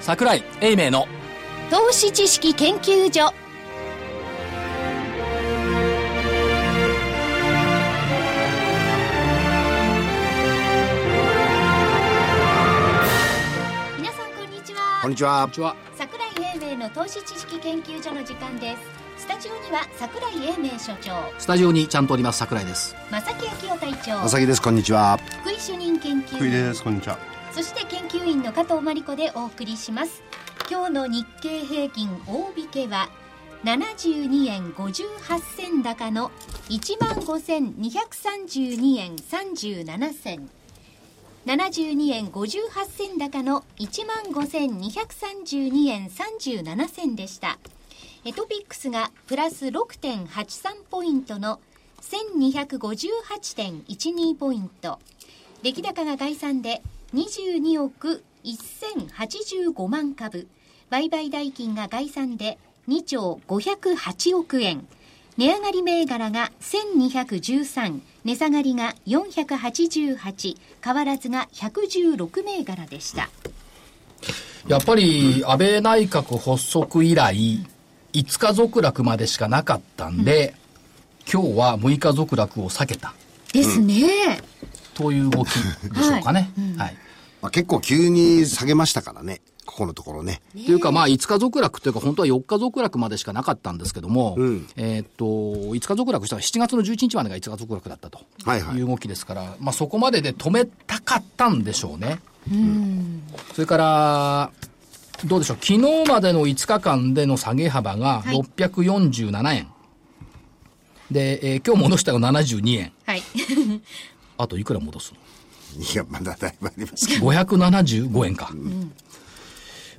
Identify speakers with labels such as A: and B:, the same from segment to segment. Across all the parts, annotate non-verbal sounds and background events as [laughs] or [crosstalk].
A: 桜井英明の
B: 投資知識研究所皆さんこんにち
C: こん
B: は
C: にちは。
B: 桜井英明の投資知識研究所の時間ですスタジオには桜井英明所長
A: スタジオにちゃんとおります桜井です
B: 正木昭夫隊
C: ま
B: 長
C: さきです。こんにちは。
B: 福井主任研究
D: 福井
B: 員
D: ですこんにちは
B: そして研究員の加藤真理子でお送りします今日の日経平均大引けは72円58銭高の15,232円37銭72円58銭高の15,232円37銭でしたえトピックスがプラス6.83ポイントの1258.12ポイント出来高が概算で22億1085万株売買代金が概算で2兆508億円値上がり銘柄が1213値下がりが488変わらずが116銘柄でした
A: やっぱり安倍内閣発足以来5日続落までしかなかったんで、今日は6日続落を避けた
B: ですね、
A: という動きでしょうかね、はい
C: まあ、結構急に下げましたからね。ここのところね。
A: というかまあ5日続落というか本当は4日続落までしかなかったんですけども、えーっと5日続落したのは7月の11日までが5日続落だったと
C: はいはい
A: いう動きですから、まあ、そこまでで止めたかったんでしょうね。それからどうでしょう昨日までの5日間での下げ幅が
B: はい
A: 647円、で、えー今日戻したの72円
B: はい
A: あといくら戻すの
C: いや、まだだいぶありますけど。
A: 575円か、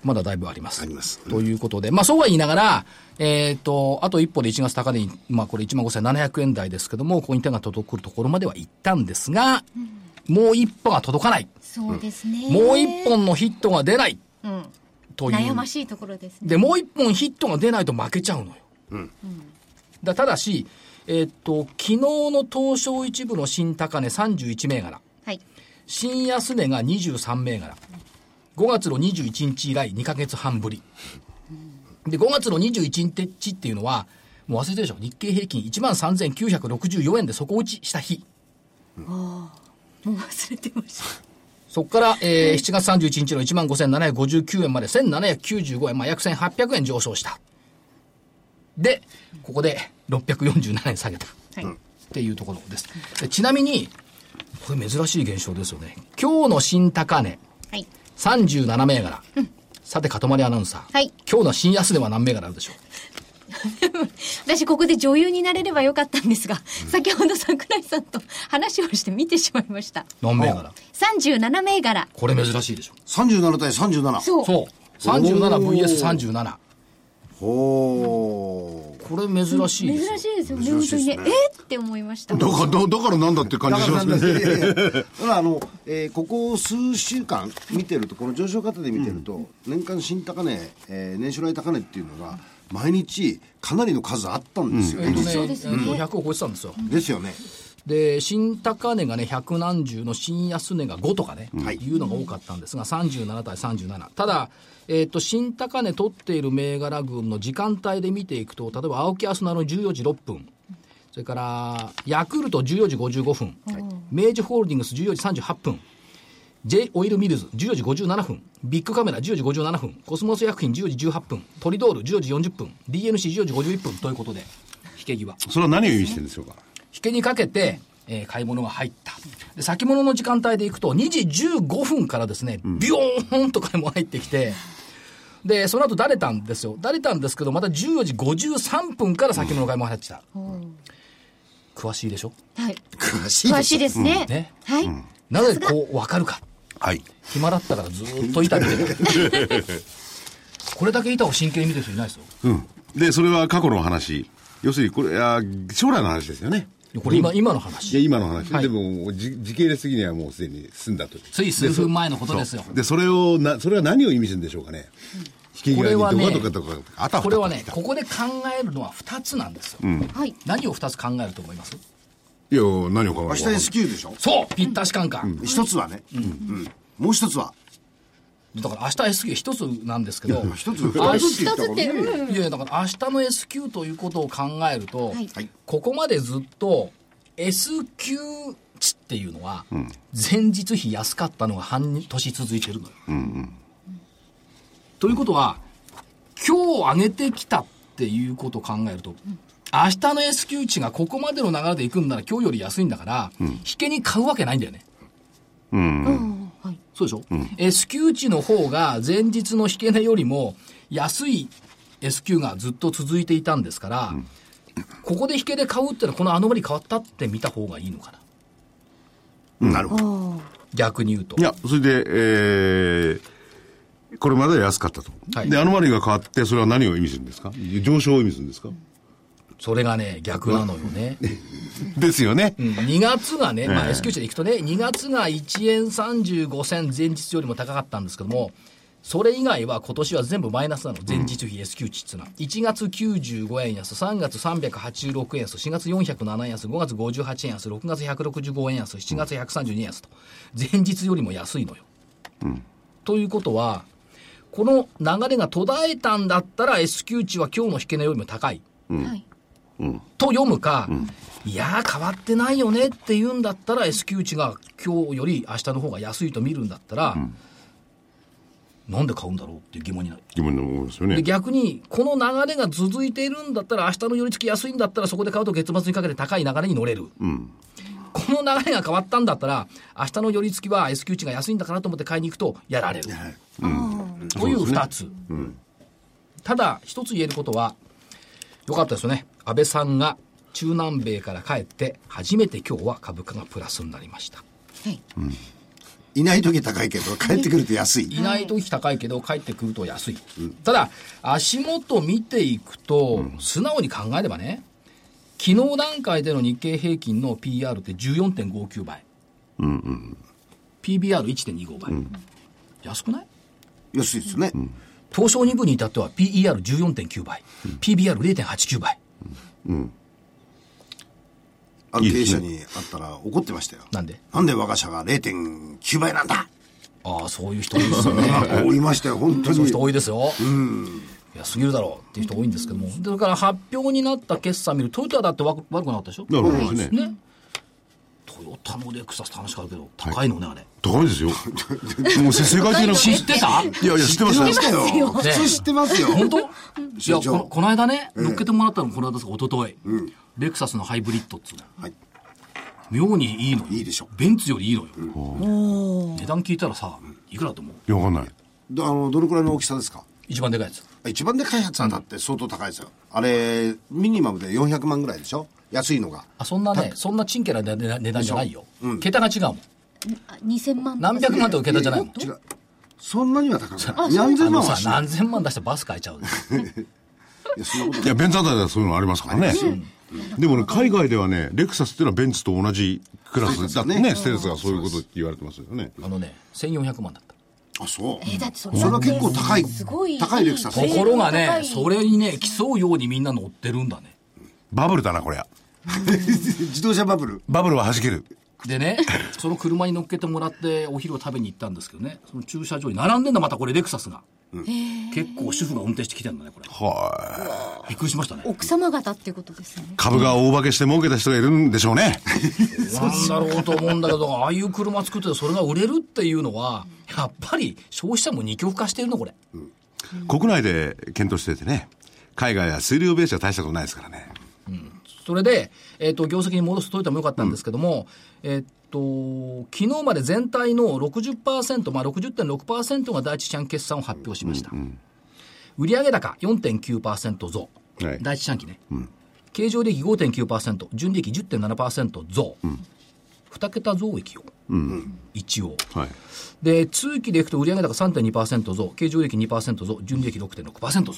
A: まだだいぶあります
C: ありますうん
A: ということでまあそうは言いながらえっ、とあと一歩で1月高値にまあこれ1万5700円台ですけどもここに手が届くところまでは行ったんですが、もう一歩が届かない、
B: そうですね、
A: もう一本のヒットが出ない
B: うん
A: という
B: 悩ましいところですね
A: でもう一本ヒットが出ないと負けちゃうのよ、だただしえっ、と昨日の東証一部の新高値31銘柄
B: はい
A: 新安値が23銘柄5月の21日以来2ヶ月半ぶりで5月の21日っていうのはもう忘れてるでしょ日経平均1万3964円で底落ちした日
B: もう忘れてました
A: そこから、えー7月31日の1万5759円まで1795円、まあ、約1800円上昇したでここで647円下げた
B: はい、
A: っていうところですでちなみにこれ珍しい現象ですよね今日の新高値
B: はい
A: 37銘柄、さてかとまりアナウンサー、
B: はい
A: 今日の新安値は何銘柄あるでしょ
B: 私ここで女優になれればよかったんですが、先ほど桜井さんと話をして見てしまいました
A: う何銘柄
B: 37銘柄
A: これ珍しいでしょ
C: 三十七対三十七。
B: そう
A: そう 37VS37
C: ほ
A: これ珍しいですよ
B: 珍しいですよね本当にねえって思いました
D: だからだだからなんだって
C: う。
D: 感じしますね
C: いやいやほらあの、えーここ数週間見てるとこの上昇方で見てると、年間新高値、えー年初来高値っていうのが毎日かなりの数あったんですよね、
A: ね
B: そうですよね
A: 100を超えてたんですよ
C: ですよね
A: で新高値がね百何十の新安値が5とかね、、
C: はいいう
A: のが多かったんですが37対37ただ、えー、と新高値取っている銘柄群の時間帯で見ていくと例えば青木アスナの14時6分それからヤクルト14時55分、明治ホールディングス14時38分 J オイルミルズ14時57分ビッグカメラ14時57分コスモス薬品14時18分トリドール14時40分 DNC14 時51分ということで引け際
D: それは何を意味してるんでしょうか
A: 引けにかけて、えー買い物が入った。で、先物の時間帯で行くと、2時15分からですね、ビヨーンと買い物入ってきて、で、その後だれたんですよ。だれたんですけど、また14時53分から先物買い物入ってきた。詳しいでしょ
B: はい
C: 詳し
B: 詳しいですね,、
A: ね
B: はい、
A: なぜこうわかるか。
D: はい
A: 暇だったからずーっと板見てる。これだけ板を真剣に見てる人いないですよ。
D: うんでそれは過去の話要するにこれあ将来の話ですよね
A: いやこれ今、今の
D: いや
A: 話。
D: 今の話、
A: はい
D: でもじ時系列的にはもうすでに済んだと
A: つい数分前のことですよ。
D: でそれをなそれは何を意味するんでしょうかね引き
A: これ
D: 際に
A: はね
D: どかどかどかあたふたと
A: これはね
D: 来、た
A: ここで考えるのは2つなんですよ。
B: はい、
A: 何を2つ考えると思います
D: いや何を考える
C: 明
D: か
C: 日 S q でしょ
A: そうぴったし感覚、
C: 一つはね、うんもう一つは
A: だから明日 S q 一つなんですけど、
C: 一つ
A: あ
C: 二つって言ったからね
A: いやいやだから明日の S q ということを考えると、
B: はい
A: ここまでずっと S q 値っていうのは、前日比安かったのが半年続いてるのよ。ということは、今日上げてきたっていうことを考えると、明日の S q 値がここまでの流れでいくんなら今日より安いんだから、引けに買うわけないんだよね。
D: うん。
B: うんはい
A: そうでしょ、?S q 値の方が前日の引け値よりも安い S q がずっと続いていたんですから、ここで引けで買うってのはこのアノマリ変わったって見た方がいいのかな。
C: なるほど。
B: おー
A: 逆に言うと
D: い。や、それで、えー、これまでは安かったと。
A: はい
D: で、アノマリが変わって、それは何を意味するんですか上昇を意味するんですか、
A: それがね、逆なのよね。
D: ですよね。
A: うん2月がね、まあ、
D: ええ
A: S q 値でいくとね、2月が1円35銭前日よりも高かったんですけども、それ以外は今年は全部マイナスなの、前日比 S q 値っていうのは。1月95円安、3月386円安、4月407円安、5月58円安、6月165円安、7月132円安と、前日よりも安いのよ。ということは、この流れが途絶えたんだったら S q 値は今日の引け値よりも高い。
B: はい
A: と読むか、いやー変わってないよねって言うんだったら S q 値が今日より明日の方が安いと見るんだったら、なんで買うんだろうっていう疑問になる。
D: 疑問に思いますよ
A: で
D: ね。
A: 逆に、この流れが続いているんだったら、明日の寄り付き安いんだったら、そこで買うと月末にかけて高い流れに乗れる。この流れが変わったんだったら、明日の寄り付きは S q 値が安いんだからと思って買いに行くと、やられる。という2つ。ただ、一つ言えることは、よかったですよね。安倍さんが中南米から帰って、初めて今日は株価がプラスになりました。
B: はい
C: いない時高いけど、帰ってくると安い。
A: いない時高いけど、帰ってくると安い。ただ、足元見ていくと、素直に考えればね、昨日段階での日経平均の PR って14.59倍。PBR1.25 倍。安くない
C: 安いですよね。
A: 東証2部に至っては PER14.9 倍、PBR0.89 倍
C: あの経営者に会ったら怒ってましたよ。
A: なんで
C: なんで我が社が0.9倍なんだ
A: ああそういう人多いですよね
C: [laughs] おいましたよ、本
A: そう
C: 当
A: いう
C: に
A: 人。多いですよ、いやすぎるだろうっていう人多いんですけどもだから発表になった決算見るトヨタだってわく悪くなかったでしょ
D: なるほどですね。
A: ねトヨタのレクサス楽しかったけど高いのねあれ
D: 高いですよ。もうせ世界中の。
A: 知ってた
D: いやいや、知ってま
C: 知ってま
D: し
C: したた
D: よ。
C: よ。普通知ってますよ。
A: 本当いや
C: 社長
A: このこの間ね乗っけてもらったのもこの間ですか一昨日、レクサスのハイブリッドっつうの
C: はい。
A: 妙にいいのよ
C: いいでしょ
A: ベンツよりいいのよ、値段聞いたらさいくらだと思う
D: いや、わかんない。
C: どあの、どれくらいの大きさですか
A: 一番でかいやつ
C: 一番で開発なんだって相当高いですよ。あれ、ミニマムで400万ぐらいでしょ安いのが。
A: あそんなねそんなチンケな値値段じゃないよ、桁が違うもん
B: あ2000万
A: 何百万とか桁じゃないもん
C: 違う。そんなには高くない。
B: あそう
C: 何
A: あ
C: 千
A: の
C: 万
A: さ
C: はしない。
A: 何千万出してバス買えちゃう
C: いや、そんなこと
D: いや、ベンツあたりはそういうのありますからね。でもね、海外ではね、レクサスっていうのはベンツと同じクラスだってね、ステルスがそういうことって言われてますよね。
A: あのね1400万だった
C: あ、そう。
B: えーだってそれ
C: それは結構高い
B: すごい。
C: 高いレクサス
A: ところがね
B: 高い
A: それにね競うようにみんな乗ってるんだね
D: バブルだな、これは。
C: 自動車バブル。
D: バブルは弾ける。
A: でねその車に乗っけてもらってお昼を食べに行ったんですけどねその駐車場に並んでんだまたこれレクサスが、結構主婦が運転してきてんだねこれ
D: は
A: びっくりしましたね
B: 奥様方ってことですね
D: い。。株が大化けして儲けた人がいるんでしょうね。
A: なんだろうと思うんだけど、ああいう車作ってそれが売れるっていうのは、やっぱり消費者も二極化してるの、これ。
D: 国内で検討しててね、海外は水量ベースは大したことないですからね。
A: それで、えっ、と、業績に戻すといてもよかったんですけども、えっ、と、昨日まで全体の60%、まあ60.6%が第一四半期決算を発表しました。売上高4.9%増、
D: はい
A: 第一四半期ね。経常利益5.9%、純利益10.7%増。二桁増益を、一応。
D: はい。
A: で通期でいくと売上高3.2%増経常利益2%増純利益6.6%増、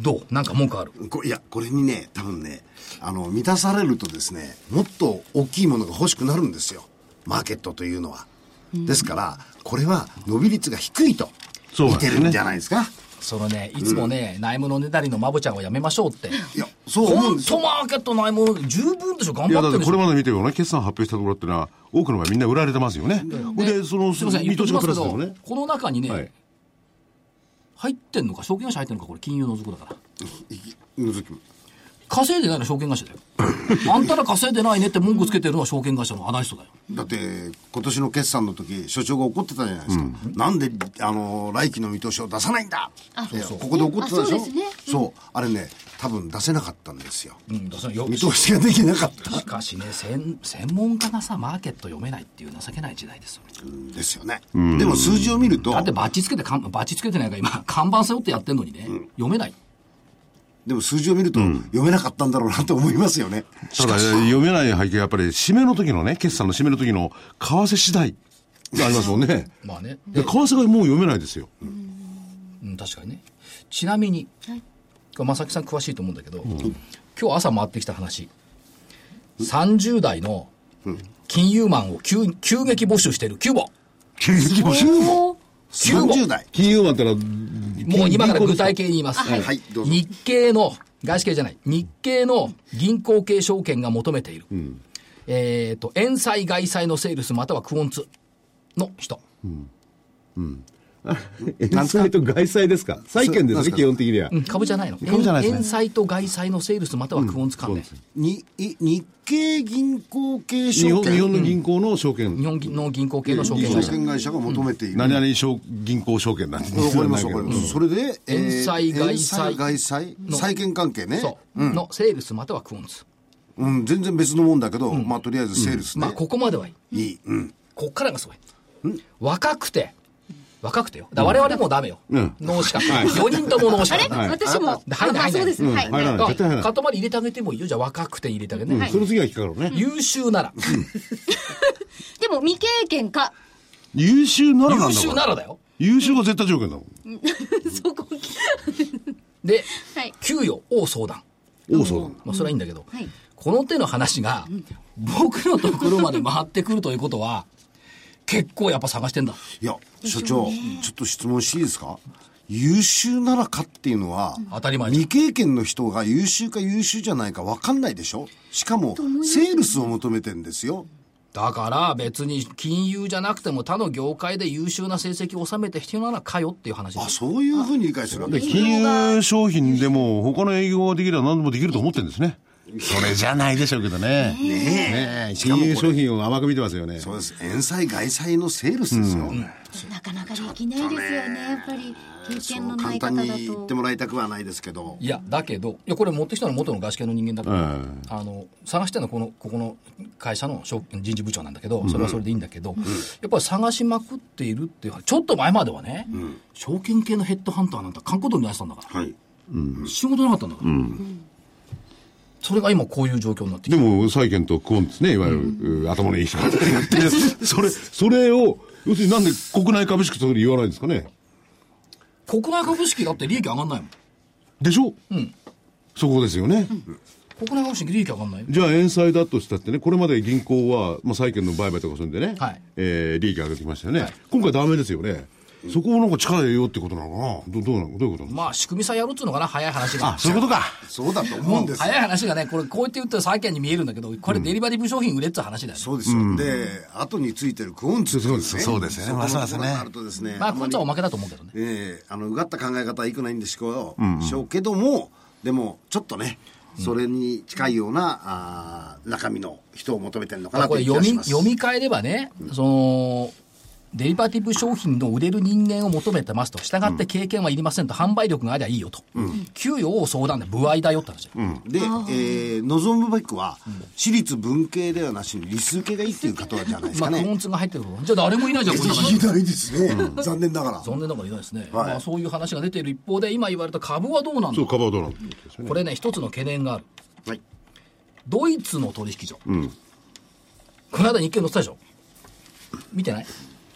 A: どうなんか文句ある
C: こいや、これにね、多分ね、あの、満たされるとですね、もっと大きいものが欲しくなるんですよ。マーケットというのは。ですから、これは伸び率が低いと
D: そう
C: 見
D: なん
C: て
D: ですね
C: るんじゃないですか。
A: そのねいつもね、内務のねだりのまぼちゃんをやめましょうって
C: いや、そう思うん
A: 本
C: です
A: 当
C: よ。
A: マーケットないもので十分でしょ頑
D: い
A: 張
D: や
A: っ
D: だ
A: てる
D: って
A: でし
D: これ
A: ょ
D: まで見てるような決算発表したところってのは多くの場合みんな売られてますよね。でその
A: すいません言っ
D: 見
A: と
D: 通
A: き
D: し
A: ます
D: がプ
A: け
D: ラスだ
A: ど、
D: よね。
A: この中にね、
D: はい。
A: 入ってんのか証券会社入ってんのかこれ金融のぞくだから
C: うんずき
A: 稼いでないのは証券会社だよ [laughs] あんたら稼いでないねって文句つけてるのは証券会社のアナリストだよ
C: だって、今年の決算の時、所長が怒ってたじゃないですか。なんで、あの、来期の見通しを出さないんだ
B: あ
C: って
B: そうそう
C: ここで怒ってたでし
B: あそ
C: ょ
B: うですねうん
C: そうあれね、多分出せなかったんですよ。
A: うんだからよ
C: 見通しができなかった
A: しかしね専専門家がさマーケット読めないっていう情けない時代ですよ
C: んですよね。でも数字を見ると
A: だっ、てバッチつけて看バッチつけてないから今看板背負ってやってんのにね、読めない
C: でも数字を見ると、読めなかったんだろうなと思いますよね。
D: ただ読めない背景はやっぱり締めの時のね決算の締めの時の為替次第がありますもんね。
A: まあね
D: で為替がもう読めないですよ。
A: うん、確かにねちなみに、
B: はい
A: これ正木さん詳しいと思うんだけど、今日朝回ってきた話30代の金融マンを急急激募集している急募
D: 急激も
A: 急募
C: 30代。
D: 金融マンってのは
A: もう今から具体系に言います、
C: はいはいどうぞ
A: 日系の外資系じゃない日系の銀行系証券が求めている、えっ、と円債外債のセールスまたはクオンツの人
D: 円債と外債ですか債券で
C: そうな
D: す
C: んです
D: ね
C: か
D: 基本的には
A: うん株じゃないの
D: 株じゃないですね
A: 円債と外債のセールスまたはクオンツ関連、
C: に、い日系銀行系
D: 日
C: 証
D: 本
C: 券。
D: 日本の銀行の証
A: 日
D: 券
A: 本の銀行系の証券
C: 証
A: 会社
C: 券会社が求めている。
D: 何々証銀行証券なんです
C: わかりますわかります。それで、えー
A: 遠債外債
C: 遠外債
A: の
C: 債権関係ね。
A: そう、のセールスまたはクオンツ、
C: うん、全然別のもんだけど、まあとりあえずセールスね。
A: まあここまではいい
C: いい。うん。
A: こっからがすごい若くて若くてよだから我々もうダメよ、
D: うん
A: 脳死か4人とも脳死
B: あ
A: か
B: れ、私も。
A: で入んない
B: あ
A: 入んない
B: そうですね。
D: うん
B: はい。
D: 入らない
A: あ
D: 絶対入らない
A: 塊入れてあげてもいいよじゃあ若くて入れてあげて、
D: うんその次は引っかかるね
A: 優秀なら
B: でも未経験か。 [laughs]
D: 優秀ならなん
A: 優
D: だ
A: 秀ならだよ
D: 優秀が絶対条件だもん
B: そこ。
A: で、
B: はい
A: 給与を相談
D: 多そうだもん
A: まあそれはいいんだけど、
B: はい
A: この手の話が僕のところまで回ってくるということは結構やっぱ探してんだ
C: いや、所長、ちょっと質問していいですか優秀ならかっていうのは、
A: 当たり前だ
C: 未経験の人が優秀か優秀じゃないか分かんないでしょしかも、セールスを求めてんですよ。
A: だから別に金融じゃなくても他の業界で優秀な成績を収めて必要なのはかよっていう話で
C: あ、
A: す
C: そういうふうに理解するわけ
D: で金融商品でも他の営業ができれば何でもできると思ってるんですねそれじゃないでしょうけどねねえ金融商品を甘く見てますよね
C: そうです。遠債外債のセールスですよ。
B: なかなかできないですよね。やっぱり経験
C: そ
B: のな
C: う簡
B: い
C: 単
B: 方だ
C: に言って
B: と。
C: もらいたくはないですけど。
A: いやだけどいやこれ持ってきたのは元の外資系の人間だから、
D: うん
A: あの探してるのはこのここの会社の商人事部長なんだけどそれはそれでいいんだけど、やっぱり探しまくっているっていうちょっと前まではね、証券系のヘッドハンターなんて観光道になってたんだから、
C: はい。
A: 仕事なかったんだから、それが今こういう状況になってき
D: で
A: て
D: も債券とクオンですねいわゆる、う頭のいい [laughs] 人がやってるそれそれを要するになんで国内株式と言わないんですかね
A: 国内株式だって利益上がんないもん
D: でしょ、そこですよね、
A: 国内株式利益上がんないよ
D: じゃあ円債だとしたってねこれまで銀行は、まあ、債券の売買とかするんでね、
A: はい
D: えー利益上げてきましたよね、今回ダメですよねそこをなんか力入れようってことなのかなどどうなのどういうことなの
A: まあ仕組みさえやるっつうのかな早い話が
D: あそういうことか
C: そうだと思うんですよ
A: 早い話がね、これ、こうやって言ったら債券に見えるんだけど、これ、デリバリブ商品売れっつう話だよね。
C: そうですよ、で後についてるクオンツっていね
D: そうですよね
C: この
D: ますます
C: と
D: ね
C: ころがあるとですね
A: まあ、
C: ん
A: こ
C: ま
A: い
C: り
A: つはおまけだと思うけどね。
C: ええあのうがった考え方はいくないんですけど、しょうけどもでもちょっとねそれに近いような、あー中身の人を求めてるのかな
A: ことれ
C: いう気
A: 読
C: がし
A: み、
C: ます
A: 読み替えればね、その、デリバティブ商品の売れる人間を求めてますと、従って経験はいりませんと、販売力がありゃいいよと、給与を相談で、歩合だよって話だよ、
C: で、えー望むべくは、私立文系ではなしに理数系がいいっていう方じゃないです
A: ま
C: か
A: あ、
C: ね、
A: クオンツが入ってること、じゃあ誰もいないじゃん、こんな感じ。
C: ないですね、残念ながら
A: 残念ながらいないですね、
C: はい
A: まあ、そういう話が出ている一方で、今言われた株はどうなんだ
D: そうカバードランってことですよね
A: これね、一つの懸念がある、
C: はい
A: ドイツの取引所、この間、日経載ってたでしょ、見てない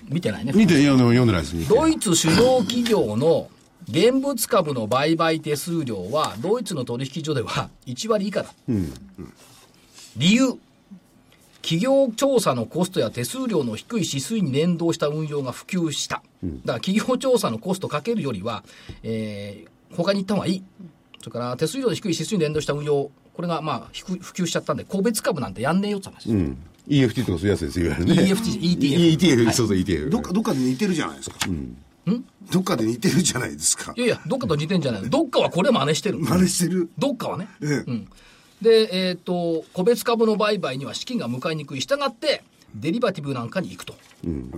A: 見てないね、
D: 見ていやでも読んでないです日経
A: ドイツ主導企業の現物株の売買手数料は、ドイツの取引所では1割以下だ。理由。企業調査のコストや手数料の低い指数に連動した運用が普及した。だから企業調査のコストかけるよりは、えー、他に行った方がいい。それから手数料の低い指数に連動した運用、これがまあひく普及しちゃったんで、個別株なんてやんねえよって話、
D: うん。EFT とかそういうやつですよ、いわゆるね。
A: EFT ETF
D: ETF、そうそう ETF。
C: どっか、どっかで似てるじゃないですか。どっかで似てるじゃないですか
A: い。やいや、どっかと似てんじゃないの、どっかはこれ真似してる、
C: 真似してる。
A: どっかはね。
C: ええ
A: うん、で、えっ、と、個別株の売買には資金が向かいにくい、従って、デリバティブなんかに行くと、いう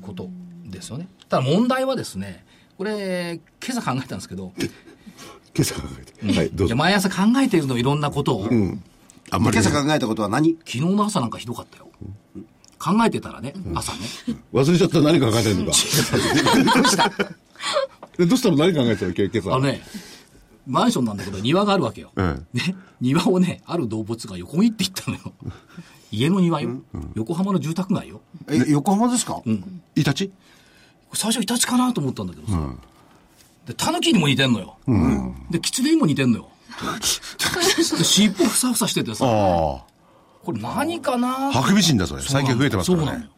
A: ことですよね。ただ問題はですね、これ、今朝考えたんですけ [laughs] ど、
D: 今朝考えて。はい、どう
A: いや
D: ぞ。
A: 毎朝考えてるの、いろんなことを、
D: あんま
C: 今
D: りね
C: 朝考えたことは何
A: 昨日の朝なんかひどかったよ。考えてたらね、朝ね。
D: 忘れちゃった何考えて
A: [laughs]
D: るのか。 [laughs] えどうしたの何考えてたの今朝。
A: あのね、マンションなんだけど庭があるわけよ。
D: うん
A: ね、庭をね、ある動物が横切っていったのよ。家の庭よ、横浜の住宅街よ。
C: え、横浜ですか
D: イタチ
A: 最初イタチかなと思ったんだけどさ、でタヌキにも似てんのよ、でキツネにも似てんのよで尻尾ふさふさしててさ
D: あ
A: これ何かな
D: あ。ハクビシンだ、それ。最近増えてますか
A: そう
D: ら
A: なの
D: ね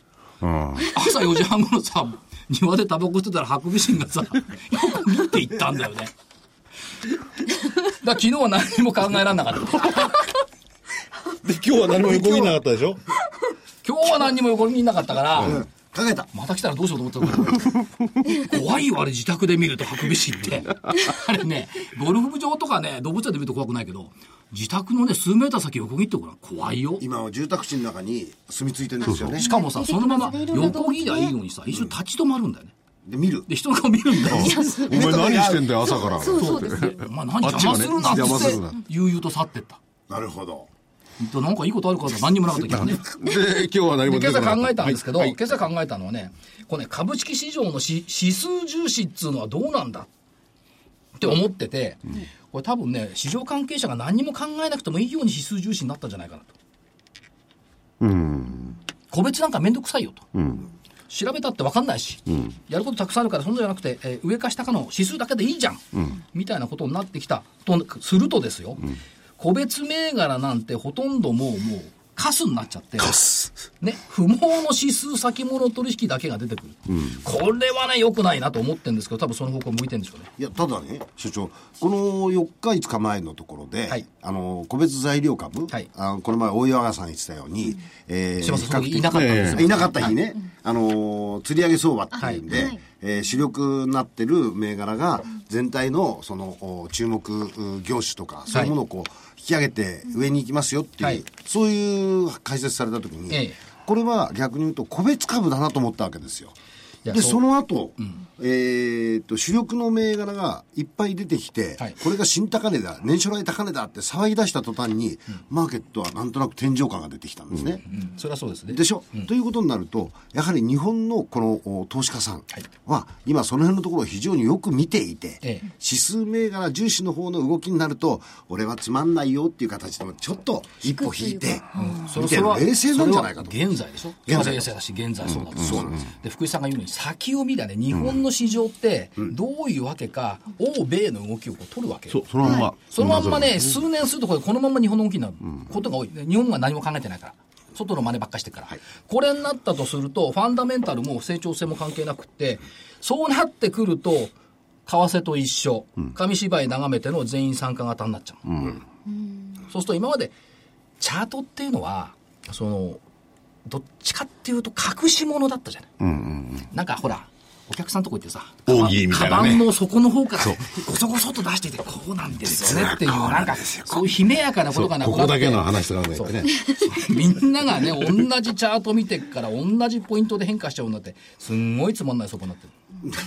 A: よ。朝4時半頃さ庭でタバコ吸ってたらハクビシンがさよく見ていったんだよねだから昨日は何にも考えられなかった
D: で、今日は何も横切んなかったでしょ
A: 今日は何にも横にいなかったから、
C: 考えた。
A: また来たらどうしようと思ってた怖いよあれ自宅で見るとハクビシンってあれねゴルフ場とかね動物園で見ると怖くないけど自宅のね数メーター先横切ってごらん怖いよ
C: 今は住宅地の中に住み着いてるんですよね。
A: しかもさ
B: 出てき
A: そ
B: ます
A: のまま
B: ねいろんな動
A: 横
B: 物ね
A: 切りゃいいのにさ一瞬立ち止まるんだよね
C: で、見る。
A: で人の顔見るんだよ
D: お前何してんだよ、朝から。
B: そうそうですよ。
A: お前何邪魔するな
D: あ
A: っ
D: っちがね邪魔
A: つ
D: す
A: っ
D: るな
A: て悠々と去ってった
C: なるほど。
A: でなんかいいことあるから何にもなかったけどね
D: で、今日は
A: で
D: 何も
A: 今
D: 出てこな
A: 朝
D: かった
A: 考えたんですけど、
D: はい
A: 今朝考えたのはね、これね、株式市場のし指数重視っつうのはどうなんだって思ってて、これ多分ね、市場関係者が何にも考えなくてもいいように指数重視になったんじゃないかなと。個別なんかめんどくさいよと。調べたって分かんないし、やることたくさんあるから、そんなんじゃなくて、えー上か下かの指数だけでいいじゃん、みたいなことになってきたとするとですよ、個別銘柄なんてほとんどもう、もう、カスになっちゃって、ね、不毛の指数先物取引だけが出てくる、これはね、良くないなと思ってるんですけど、多分その方向向いてるんでしょうね。
C: いや、ただね、所長、この4日、5日前のところで、
A: はい
C: あの、個別材料株、
A: はい
C: あのこの前、大岩川さん言ってたように、えー
A: すいません、
C: 比
A: その
C: 較
A: 時
C: 的
A: いなかったんですよ。
C: いなかった日ね、あのー釣り上げ相場っていうんで、
B: はい
C: えー主力になってる銘柄が全体のそのお注目う業種とかそういうものをこう引き上げて上に行きますよっていう、
A: はい
C: そういう解説された時に、
A: ええ
C: これは逆に言うと個別株だなと思ったわけですよ。
A: いや
C: で
A: そう
C: その後、えーっと主力の銘柄がいっぱい出てきて、
A: はい
C: これが新高値だ年初来高値だって騒ぎ出した途端に、マーケットはなんとなく天井感が出てきたんですね。
A: うんそれはそうですね。
C: でしょ、ということになると、やはり日本のこのお投資家さんは、今その辺のところを非常によく見ていて、
A: ええ
C: 指数銘柄重視の方の動きになると、俺はつまんないよっていう形で、ちょっと一歩引いて、
A: それ
C: 見て
A: それは
C: 冷静なんじゃないかと
A: そ。れは現在でしょ
C: 在
A: 現在冷静だし現在そうだと、そうなんですで福井さんが言うように先を見だね日本の市場ってどういうわけか、欧米の動きをこう取るわけよ
D: そう、そのまんま。
A: そのまんまね、数年するとこれ、このまんま日本の動きになることが多い。日本は何も考えてないから。外の真似ばっかしてるから、これになったとすると、ファンダメンタルも成長性も関係なくって、そうなってくると、為替と一緒、紙芝居眺めての全員参加型になっちゃう。そうすると今まで、チャートっていうのは、その、どっちかっていうと隠し物だったじゃない。なんかほら、お客さんとこ行ってさ、
D: 大喜利みたいなね
A: カバンの底の方から、ごそごそっと出していて、こうなんですよねっていう、なんか、そういう悲鳴やかなことがなく
D: こ
A: な
D: こ
A: って
D: だけの話とかね。ね
A: [laughs] みんながね、同じチャート見てっから、同じポイントで変化しちゃうんだって、すんごいつまんないそこになって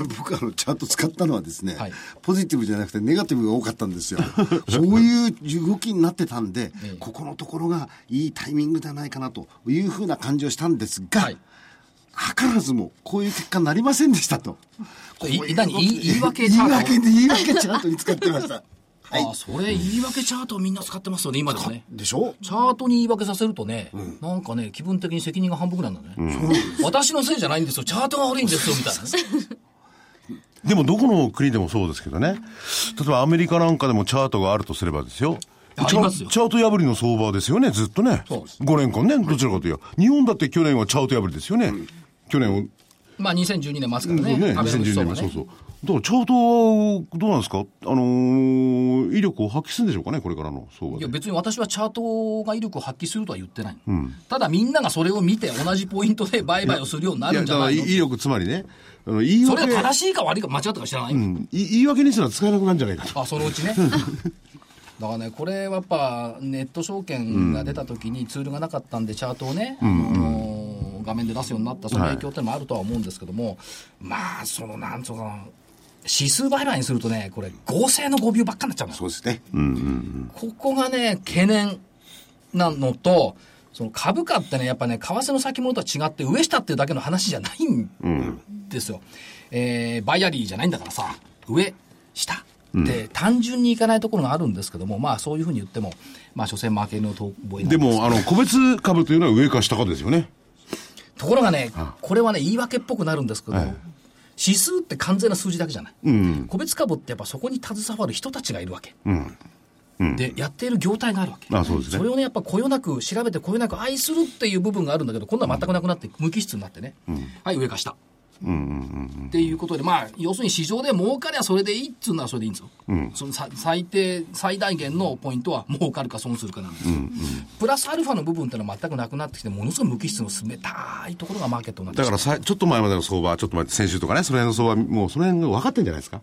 A: る。
C: [laughs] 僕あのちゃんと使ったのはですね、
A: はい
C: ポジティブじゃなくてネガティブが多かったんですよそういう動きになってたんで、
A: ええ
C: ここのところがいいタイミングじゃないかなというふうな感じをしたんですが、
A: はい
C: 図らずもこういう結果になりませんでしたとこういう動き
A: い何言い言い訳チャー
C: 言い
A: ト
C: 訳で言い訳チャートに使ってましたはい
A: ああ、それ言い訳チャートみんな使ってますよね、今でもね。
C: でしょ
A: チャートに言い訳させるとね、なんかね、気分的に責任が半分なんだね、私のせいじゃないんですよ、チャートが悪いんですよ、みたいなね。
D: でもどこの国でもそうですけどね。例えばアメリカなんかでもチャートがあるとすればですよ。
A: あ
D: チ
A: り
D: ャ
A: ますよ
D: チャート破りの相場ですよね、ずっとね。
A: そうです
D: 5年間ね、どちらかというと。日本だって去年はチャート破りですよね。去年を、
A: まあ2012年末
D: そう
A: からね、
D: ね、
A: 安倍の人
D: 2010年
A: は
D: も
A: ね
D: そうそう。だからチャートはどうなんですかあのーの威力を発揮するんでしょうかね、これからの相場
A: い
D: で
A: や。別に私はチャートが威力を発揮するとは言ってない、ただみんながそれを見て同じポイントで売買をするようにないる
D: や、
A: んじ
D: だ
A: ゃ
D: か
A: な
D: ら
A: い
D: 威
A: の
D: 威力、つまりね、あの言い
A: それ
D: 訳
A: が正しいか悪いか間違ったか知らない、
D: うんい言い訳にすら使えなくなるんじゃないかと。
A: あそのうち
D: [laughs]
A: ねだからねこれはやっぱネット証券が出た時にツールがなかったんでチャートをね、あのー画面で出すようになったその影響ってのもあるとは思うんですけども、まあそのなんつうのかな指数売買にするとねこれ合成の誤謬ばっかになっちゃうのよ
C: そうですね。
A: ここがね、懸念なのと、その株価ってね、やっぱね、為替の先物とは違って、上下っていうだけの話じゃないんですよ。えーバイアリーじゃないんだからさ、上、下って単純にいかないところがあるんですけども、まあそういうふうに言っても、まあ所詮負けの遠吠えなん
D: ですも、あの、個別株というのは上か下かですよね。
A: ところがね、これはね、言い訳っぽくなるんですけど、指数って完全な数字だけじゃない、個別株ってやっぱそこに携わる人たちがいるわけ、でやっている業態があるわけ
D: あそうですね
A: れをねやっぱこよなく調べてこよなく愛するっていう部分があるんだけど今度は全くなくなって無機質になってね、はい上か下、っていうことで、まあ、要するに市場で儲かりゃそれでいいっつうのはそれでいいんですよ、そのさ最低、最大限のポイントは儲かるか損するかなんですよ、プラスアルファの部分ってのは全くなくなってきて、ものすごい無機質の冷たいところがマーケットになって
D: だ
A: きて
D: からさ、ちょっと前までの相場、ちょっと前、先週とかね、その辺の相場、もうその辺が分かってんじゃないですか。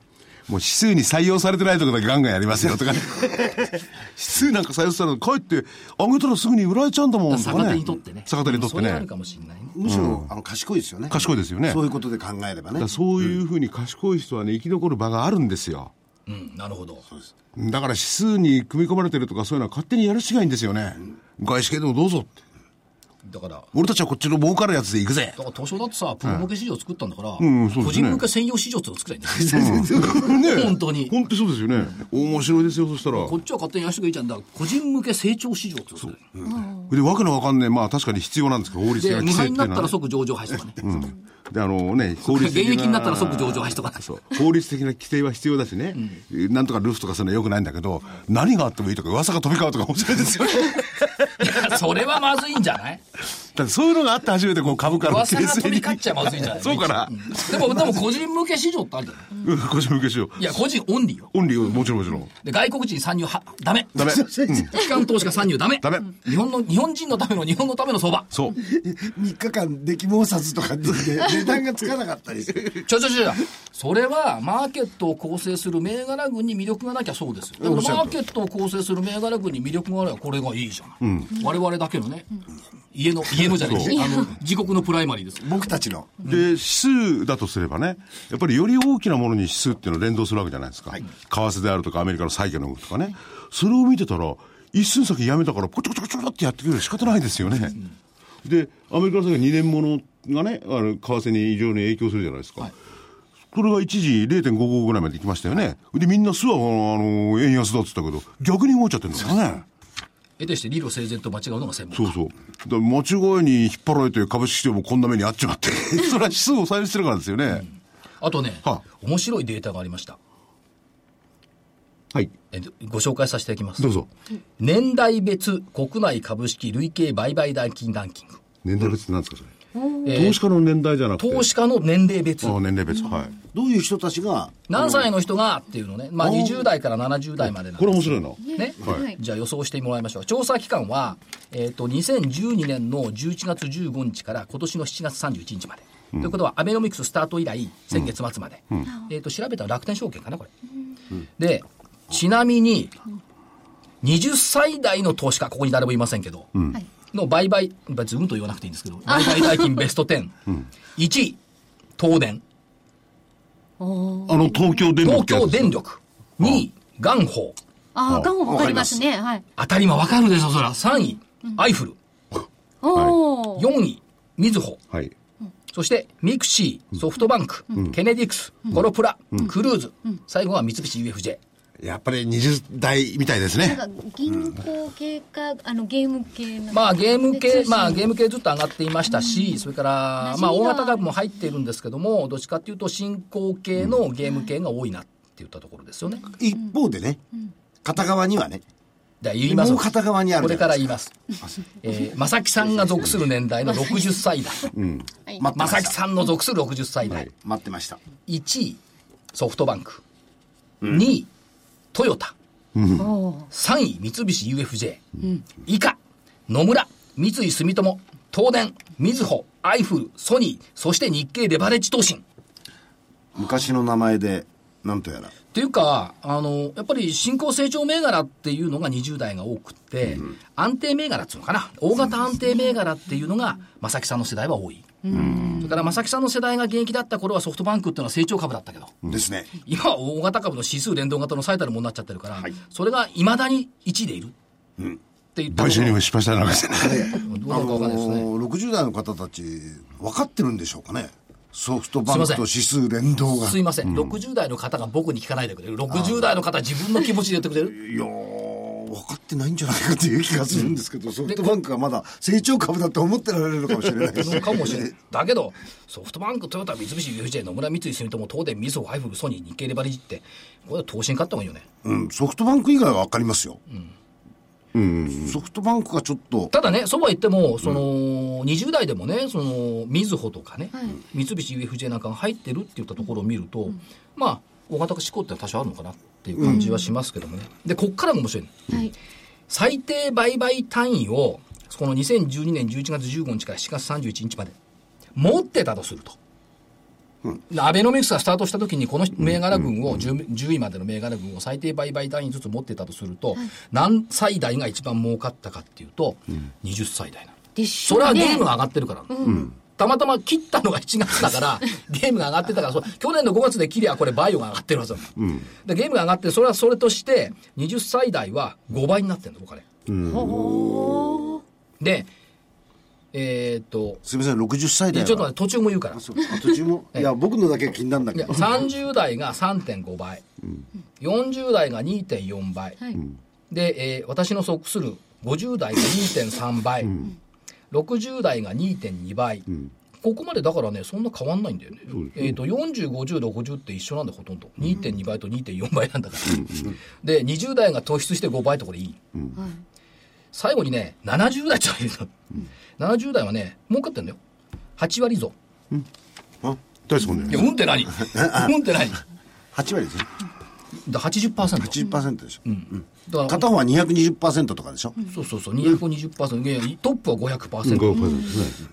D: もう指数に採用されてないとこだけガンガンやりますよとかね。指数なんか採用されたら、帰って上げたらすぐに売られちゃうんだもんとかね。
A: 逆手にとってね、
D: 逆手にとっ
A: そ
D: て
A: れはある
D: ね。
A: かもしれないね、
C: むしろ、あの、賢いですよね。
D: 賢いですよね。
C: そういうことで考えれば
D: だか
C: ね
D: ら。そういうふうに賢い人はね、生き残る場があるんですよ。
A: うん、なるほど、
D: だから指数に組み込まれてるとかそういうのは勝手にやるしかないんですよね。外資系でもどうぞって。
A: だから、だ
D: 俺たちはこっちの儲かるやつで行くぜ。
A: から東証だってさ、プロ向け市場作ったんだから、
D: んうんそうですね
A: 個人向け専用市場っていうのを作りゃいいんだよ、
D: ね
A: [laughs] 本当に
D: 本当そうですよね。面白いですよ、そしたら。
A: こっちは勝手にやらしてくいいじゃんだ、個人向け成長市場っていうのを作りゃいいんだよ
D: で、わけのわかんねえ、まあ確かに必要なんですけど、法律や
A: で、無
D: 規制っ
A: 敗
D: てい
A: に
D: うの
A: な
D: は、
A: ったら即上場廃止とかね。
D: で、あのね、法律的
A: 現役になったら即上場廃止とか
D: そう法律的な規制は必要だしね、なんとかルーフとかそういうのはよくないんだけど、何があってもいいとか、噂が飛び交うとか面白いです
A: [laughs]
D: よね。
A: いやそれはまずいんじゃない
D: だってそういうのがあって初めてこう株価の
A: 噂
D: 形
A: が飛
D: 成
A: び
D: に。
A: 交っちゃまずいんじゃない
D: そうかな。
A: でも、でも個人向け市場ってあるじゃない
D: [laughs] うん、腰向けしよう。
A: いや、個人オンリーよ。
D: オンリーをもちろんもちろん。
A: で、外国人参入は、ダメ。
D: ダ
C: [laughs]
D: メ。
A: 機関投資家参入ダメ。
D: ダメ
A: 日本の、日本人のための日本のための相場。
D: そう。
C: 3日間、出来毛殺とかで、値段がつかなかったりする。
A: ちょちょちょちょ。それは、マーケットを構成する銘柄群に魅力がなきゃそうですよ。でも、マーケットを構成する銘柄群に魅力があれば、これがいいじゃない。我々だけのね、家
D: [laughs]
A: の、家のじゃない、あの、自国のプライマリーです。
C: 僕たちの。
D: で、指数だとすればね、やっぱりより大きなものに指数っていうのは連動するわけじゃないですか。為替であるとか、アメリカの債券の動きとかね。それを見てたら、一寸先やめたから、ポチョポチョポチョポチョってやってくるより仕方ないですよね。で、アメリカの債券2年ものがね、あの、為替に非常に影響するじゃないですか。これが一時0.55ぐらいまで行きましたよね。で、みんな巣は、あの、円安だって言ったけど、逆に動いちゃってるんですよね。
A: 得てして理路整然と間違うのが専門。
D: そうそう。だから間違いに引っ張られて株式市場もこんな目にあっちまって。 [laughs] それは指数を採用してるからですよね。
A: あとね
D: は、
A: 面白いデータがありました。
D: はい。
A: えっとご紹介させていただきます。
D: どうぞ。
A: 年代別国内株式累計売買代金ランキング。
D: 年代別って何ですか、それ。
A: えー
D: 投資家の年代じゃなくて。
A: 投資家の年齢別。
D: ああ、年齢別。はい。
C: どういう人たちが、
A: 何歳の人がっていうのね、まあ20代から70代までなん
D: こ
A: で
D: れ面白いな。
A: すね。
B: はい
A: じゃあ予想してもらいましょう。調査期間は、えっ、と、2012年の11月15日から今年の7月31日まで。ということは、アベノミクススタート以来、先月末まで。えっ、と、調べたら楽天証券かな、これ。で、ちなみに、20歳代の投資家、ここに誰もいませんけど、
B: はい
A: の売買、ずうんと言わなくていいんですけど、売買代金ベスト10。1位、東電。
B: おー
D: あの、東京電
A: 東
D: 力ってやつ
A: 京
D: です
A: 電力。2位、元宝。
B: ああ、ガンもわかりますね。はい。
A: 当たり前わかるでしょ、そら。3位、アイフル。
B: おお。
A: 4位、みずほ。
D: はい。
A: そして、ミクシー、ソフトバンク、ケネディクス、コロプラ、クルーズ、最後は三菱 UFJ。
D: やっぱり20代みたいですね。
B: なんか銀行系か、あの、ゲーム系な
A: まあゲーム系、まあゲー
B: ム。
A: ム系ずっと上がっていましたし、それから、まあ
B: 馴
A: 大
B: 染みが
A: 型株も入っているんですけども、どっちかっていうと進行系のゲーム系が多いなって言ったところですよね。
C: 一方でね、片側にはね、
A: で言います
C: もう片側にある
A: これから言います。えー、正木さんが属する年代
B: [laughs]
A: の60歳代。
C: 待ってま
A: 正木
C: した。
A: さんの属する60歳代。
C: 待ってました。
A: 1位、ソフトバンク。2位、トヨタ。 3位三菱 UFJ、以下野村三井住友東電みずほアイフルソニーそして日経レバレッジ投信
C: 昔の名前でなんとやら
A: っていうかあのやっぱり新興成長銘柄っていうのが20代が多くって、安定銘柄っていうのかな大型安定銘柄っていうのが正木さんの世代は多い、それから正木さんの世代が現役だった頃はソフトバンクっていうのは成長株だったけど
C: ですね。
A: 今は大型株の指数連動型の最たるものになっちゃってるから、それがいまだに1位でいる、って言った
D: 買収に
A: ど
D: も失敗したりなんかしてね。
A: う
C: あ
A: なのか
C: の
A: わかんないですね、
C: ー、60代の方たち、分かってるんでしょうかね。ソフトバンク
A: すい
C: と
A: ま
C: 指数連動が。
A: すいません、60代の方が僕に聞かないでくれる60代の方は自分の気持ちで言ってくれる
C: いやー、分かってないんじゃないかという気がするんですけど、ソフトバンクはまだ成長株だと思ってられるのかもしれない
A: [laughs]
C: です
A: のかもしれない。だけど、ソフトバンク、トヨタ、三菱、UFJ、野村、三井、住友、東電、みずほ、ハイフル、ソニー、日経レバレッジって、これ、投信買った方がいいよね。
C: うん、ソフトバンク以外は分かりますよ。うん。ソフトバンクがちょっと、
A: ただね、そうは言っても、その、20代でもね、その、みずほとかね、三菱 UFJ なんかが入ってるって言ったところを見ると、まあ、大型志向ってのは多少あるのかなっていう感じはしますけどもね。で、こっからも面白いの。
B: はい。
A: 最低売買単位を、この2012年11月15日から7月31日まで、持ってたとすると。アベノミクスがスタートした時に、この銘柄群を10、10位までの銘柄群を最低売買単位ずつ持ってたとすると、何歳代が一番儲かったかっていうと、20歳代なの。
B: でし
A: そ
B: ょ
A: れは
B: う
A: ゲー
B: ね
A: ム。が上がってるからなの。たまたま切ったのが1月だ [laughs] から、ゲームが上がってたから、そう去年の5月で切りゃこれバイオが上がってるはずなので、ゲームが上がって、それはそれとして、20歳代は5倍になってんの、お金。で、えーっと、
C: すみません、60歳
A: い
C: 代
A: や
C: は。
A: ちょっと待って、途中も言うから。
C: そうあ途中も、いや、僕のだけ気になるんだ
A: で
C: けど。
A: 30代が3.5倍、40代が2.4倍、
B: はい。
A: で、えー私の即する50代が2.3倍、60代が2.2倍、ここまでだからねそんな変わんないんだよね、えっ、と405060って一緒なんだよほとんど2.2倍と2.4倍なんだから、で20代が突出して5倍とこれいい、
B: はい
A: 最後にね70代ちょいるの、70代はね儲かってんだよ8割増
D: 大したもん
A: い
D: ね。
A: やうんって [laughs] 何うんって何
C: 8割ですね。
A: だ80%、
C: 80%でしょ。
A: うん、だから
C: 片方は220%とかでしょ。
A: そうそうそう220%、いやいやトップは500%、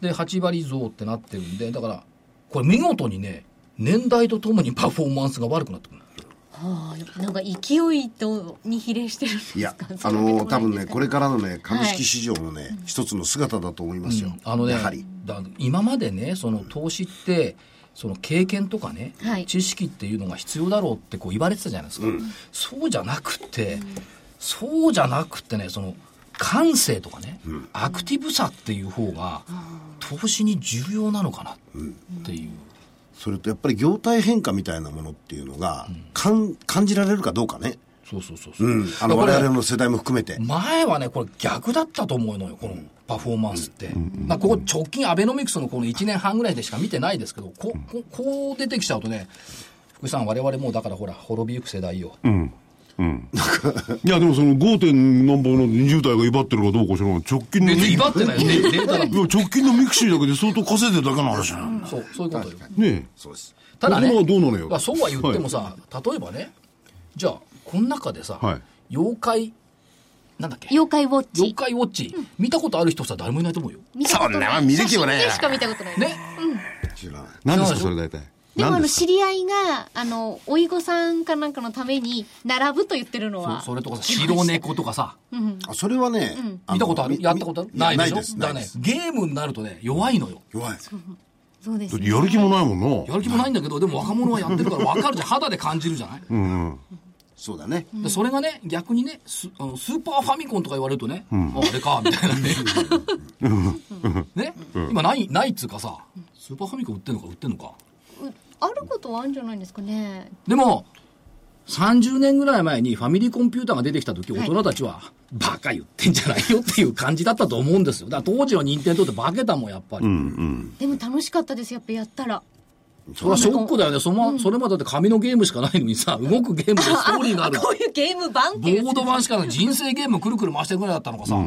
A: で8割増ってなってるんでだからこれ見事にね年代とともにパフォーマンスが悪くなってくる
B: はあ、なんか勢いとに比例してるんですか。
C: いや、あ
B: そんなことない
C: のー、多分ね、これからのね、株
B: は
C: 式
B: い
C: 市場のね、一つの姿だと思いますよ。
A: あのね
C: やはり。
A: だ今までねその投資ってその経験とかね、
B: はい
A: 知識っていうのが必要だろうってこう言われてたじゃないですか、そうじゃなくて、そうじゃなくてねその感性とかね、アクティブさっていう方が投資に重要なのかなっていう。
C: それとやっぱり業態変化みたいなものっていうのが、かん感じられるかどうかね。
A: そうそうそうそうう。
C: ん。あ
A: だか
C: の、我
A: ら
C: 々の世代も含めて。
A: 前はね、これ逆だったと思うのよ、このパフォーマンスって。まあ、ここ直近アベノミクスのこの1年半ぐらいでしか見てないですけど、こここう出てきちゃうとね、福井さん、我々もうだからほら、滅びゆく世代よ。
D: いや、でもその 5. 点何本の20代が威張ってるかどうか知らない。直近の。
A: 別に威張ってないよね、データだ
D: い
A: もん。
D: や直近のミクシーだけで相当稼いでるだけの話なの
A: そう、そういうことよ。
D: ねえ。
C: そうです。
A: ただね、
D: 僕のはどうなのよ
A: まあそうは言ってもさ、例えばね、じゃあ、この中でさ、
D: はい
A: 妖怪、なんだっけ
B: 妖怪ウォッ
A: 妖
B: チ。
A: 怪ウォッチ、見たことある人さ、誰もいないと思うよ。
B: 見たこと
D: そんなもん見る気もねえ
B: 写真でしか見たことない。
A: ね。
C: 知らない。
D: 何ですか、それ大体。
B: でもあ
D: 何
B: の
D: ですか
B: 知り合いがあのおいごさんかなんかのために並ぶと言ってるの
A: そう
B: は
A: それとかさ、白猫とかさ、
C: あ、それはね、の
A: 見たことある
C: み
A: やったことある
C: いや
A: ないでしょ
C: です。
A: だ
C: ない
A: ね
C: です。
A: ゲームになるとね弱いのよ
C: 弱い。
B: そうです、ね、
D: やる気もないもん
A: や
D: な。
A: る気もないんだけどでも若者はやってるから分かるじゃん肌で感じるじゃない、
C: そうだね。
A: でそれがね逆にねスあのスーパーファミコンとか言われるとね、ああれかみたいなねね、今ないないっつうかさスーパーファミコン売ってんのか売ってんのか
B: うあることはあるんじゃないですかね
A: でも30年ぐらい前にファミリーコンピューターが出てきた時大人たちは、バカ言ってんじゃないよっていう感じだったと思うんですよだから当時の任天堂って化けたもんやっぱり、
B: でも楽しかったですやっぱやったら
A: それはショックだよね。その、それまでだって紙のゲームしかないのにさ、動くゲームでストーリーが
B: [laughs]
A: ある。
B: こういうゲーム版っていう
A: ボード版しかない。人生ゲームくるくる回してるぐらいだったのがさ、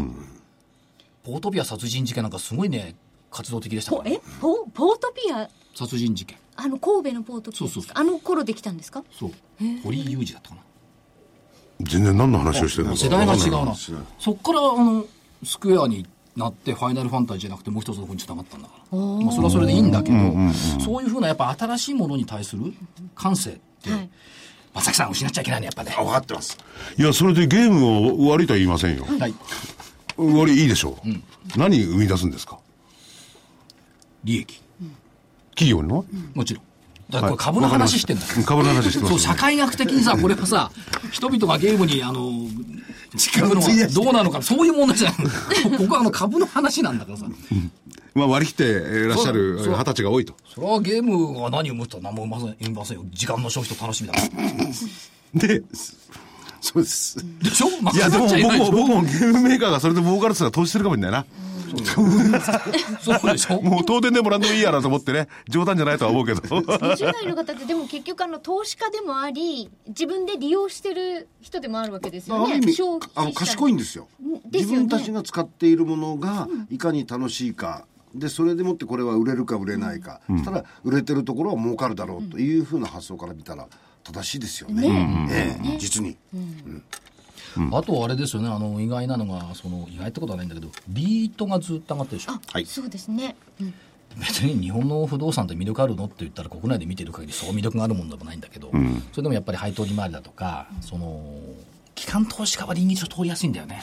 A: ポートピア殺人事件なんかすごいね、活動的でしたか
B: ポ
A: ら、
B: え
A: ね。
B: ポポートピア
A: 殺人事件。
B: あの神戸のポートピアですか
A: そうそうそう
B: あの頃できたんですか
A: そう。堀井雄二だったかな。
D: 全然何の話をしてるのか
A: 世代が違う
D: わかん
A: な。そっから、あの、スクエアになって、ファイナルファンタジーじゃなくて、もう一つの方に繋がったんだから。まあ、それはそれでいいんだけど、そういうふうな、やっぱ新しいものに対する感性って、松崎さん失っちゃいけないね、やっぱね。
C: あ分かってます
D: いや、それでゲームを悪いとは言いませんよ。
A: はい。
D: 悪いいいでしょう。何生み出すんですか
A: 利益。
D: 企業の、
A: もちろん。だからこれ株の話してんだよ。
D: うん株の話してます、
A: そう、社会学的にさ、これはさ、 [laughs] 人々がゲームに、あの、近くの
C: 費やして
A: どうなのか、そういう問題じゃない。ここはあの株の話なんだからさ。
D: まあ割り切ってえーいらっしゃるえ
A: そう
D: ー二十歳が多いと。
A: それはゲームが何を生むとは何も生ません生みませんよ。時間の消費と楽しみだから。
D: で、そうです。
A: でしょ
D: いや、でも
A: 任せ
D: 僕
A: ちゃいないで
D: も、
A: しょ
D: 僕もゲームメーカーがそれで儲かるって言ったら投資するかもしれないな。
A: そうでしょ
D: もう東電でもなんでもいいやなと思ってね、冗談じゃないとは思
A: [laughs]
D: うけど。
E: 20代の方ってでも結局あの投資家でもあり自分で利用してる人でもあるわけです
C: あ
E: よ
C: る意
E: ね
C: 味
E: 消費
C: あの
E: したり
C: 賢いんですよ
E: んです
C: 自
E: よね
C: 分たちが使っているものがいかに楽しいかでそれでもってこれは売れるか売れないか、そしたら売れてるところは儲かるだろうというふうな発想から見たら正しいですよねええ実に、
A: あとあれですよね、あの、意外なのが、その、意外ってことはないんだけど、リートがずっと上がってるでしょ
E: あ、そうですね、うん
A: 別に日本の不動産って魅力あるのって言ったら国内で見てる限りそう魅力があるものでもないんだけど、それでもやっぱり配当利回りだとかその機関投資家は臨時書通りやすいんだよね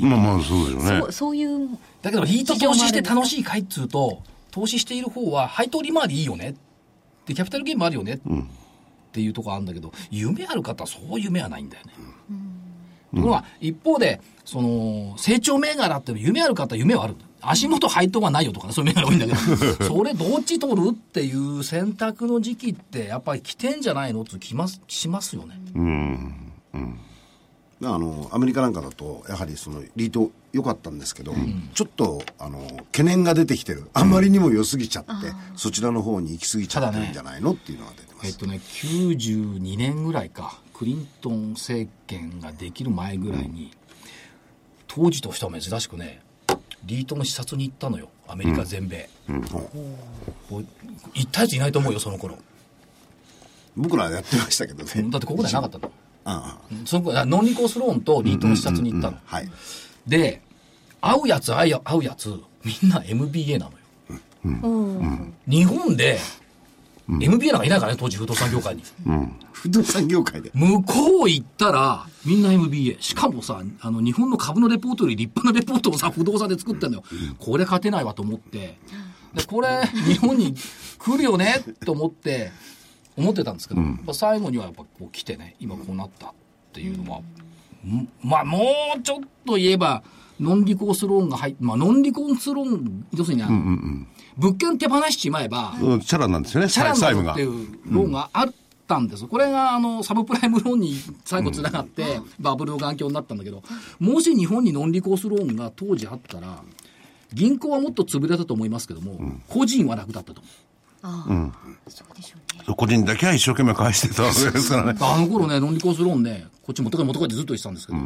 D: まあまあそうですよね
E: そう。そういう
A: だけどヒート投資して楽しいかいっつうと投資している方は配当利回りいいよねでキャピタルゲームあるよね、っていうとこあるんだけど夢ある方はそういう夢はないんだよね、ところが一方でその成長銘柄っていうのは夢ある方は夢はある足元配当はないよとかねそう [laughs] いう銘柄多いんだけどそれどっち取るっていう選択の時期ってやっぱり来てんじゃないのってきますしますよね、
C: あのアメリカなんかだとやはりそのリート良かったんですけど、ちょっとあの懸念が出てきてるあまりにも良すぎちゃって、そちらの方に行き過ぎちゃってるんじゃないのっていうのが出てま
A: えっ
C: す、
A: とね、92年ぐらいか、クリントン政権ができる前ぐらいに、当時としては珍しくね、リートの視察に行ったのよ、アメリカ全米。こう行ったやついないと思うよ、その頃
C: 僕らはやってましたけどね
A: だってここではなかったの。
C: ああ
A: その頃あノンリコースローンとリートの視察に行ったの。
C: はい
A: で、会うやつ、会うや会うやつ、みんな MBA なのよ。日本で、MBA なんかいないからね、当時、不動産業界に。
C: 不動産業界で
A: 向こう行ったら、みんな MBA。しかもさ、あの、日本の株のレポートより立派なレポートをさ、不動産で作ってんだよ。これ勝てないわと思って。で、これ、日本に来るよねと思って、思ってたんですけど、まあ最後にはやっぱこう来てね、今こうなったっていうのは、んまあ、もうちょっと言えば、ノンリコースローンが入って、まあ、ノンリコースローン、要するにあの、物件手放しちまえば、
D: うんチャラなんですよね、
A: チャラ
D: 債
A: にな
D: 債
A: る
D: 務
A: っ
D: が
A: てい。うローンがあったんです、これがあのサブプライムローンに最後つながって、バブルの眼鏡になったんだけど、もし日本にノンリコースローンが当時あったら、銀行はもっと潰れたと思いますけども、個人は楽だったと思う。
E: ああ、そうでしょうね
D: そう個人だけは一生懸命返してたわけですからね。
A: あの頃ね、ノンリコースローンね、こっち持ってこい持ってこいってずっと言ってたんですけど、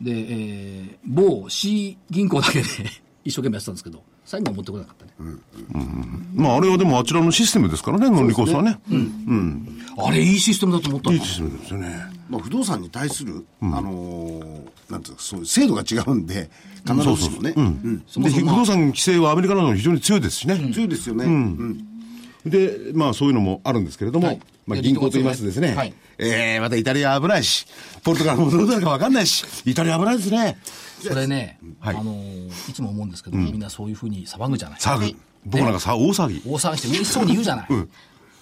A: で、えー某 C 銀行だけで [laughs] 一生懸命やってたんですけど、最後は持ってこなかったね。
D: まああれはでもあちらのシステムですからね、ノンリコースはね。
A: あれ、いいシステムだと思った
D: い
A: の
D: いシステムですよね。
C: まあ、不動産に対する、あのーなんていうかそういう制度が違うんで必ずしもねうん
A: そも
D: で、
A: そ
D: 不
A: もまあ
D: 動産規制はアメリカなども非常に強いですしね。
C: 強いですよね、うん
D: で、まあそういうのもあるんですけれども、
A: はい
D: まあ
A: で
D: 銀行と言いますとですね、
A: はい
D: えー、またイタリア危ないし、ポルトガルもどうなるかわかんないし、イタリア危ないですね。
A: それね、
D: はい
A: あのーいつも思うんですけど、みんなそういうふうに騒ぐじゃない
D: 騒ぐ。僕なんかさ、大騒ぎ。
A: 大騒ぎして嬉しそうに言うじゃない。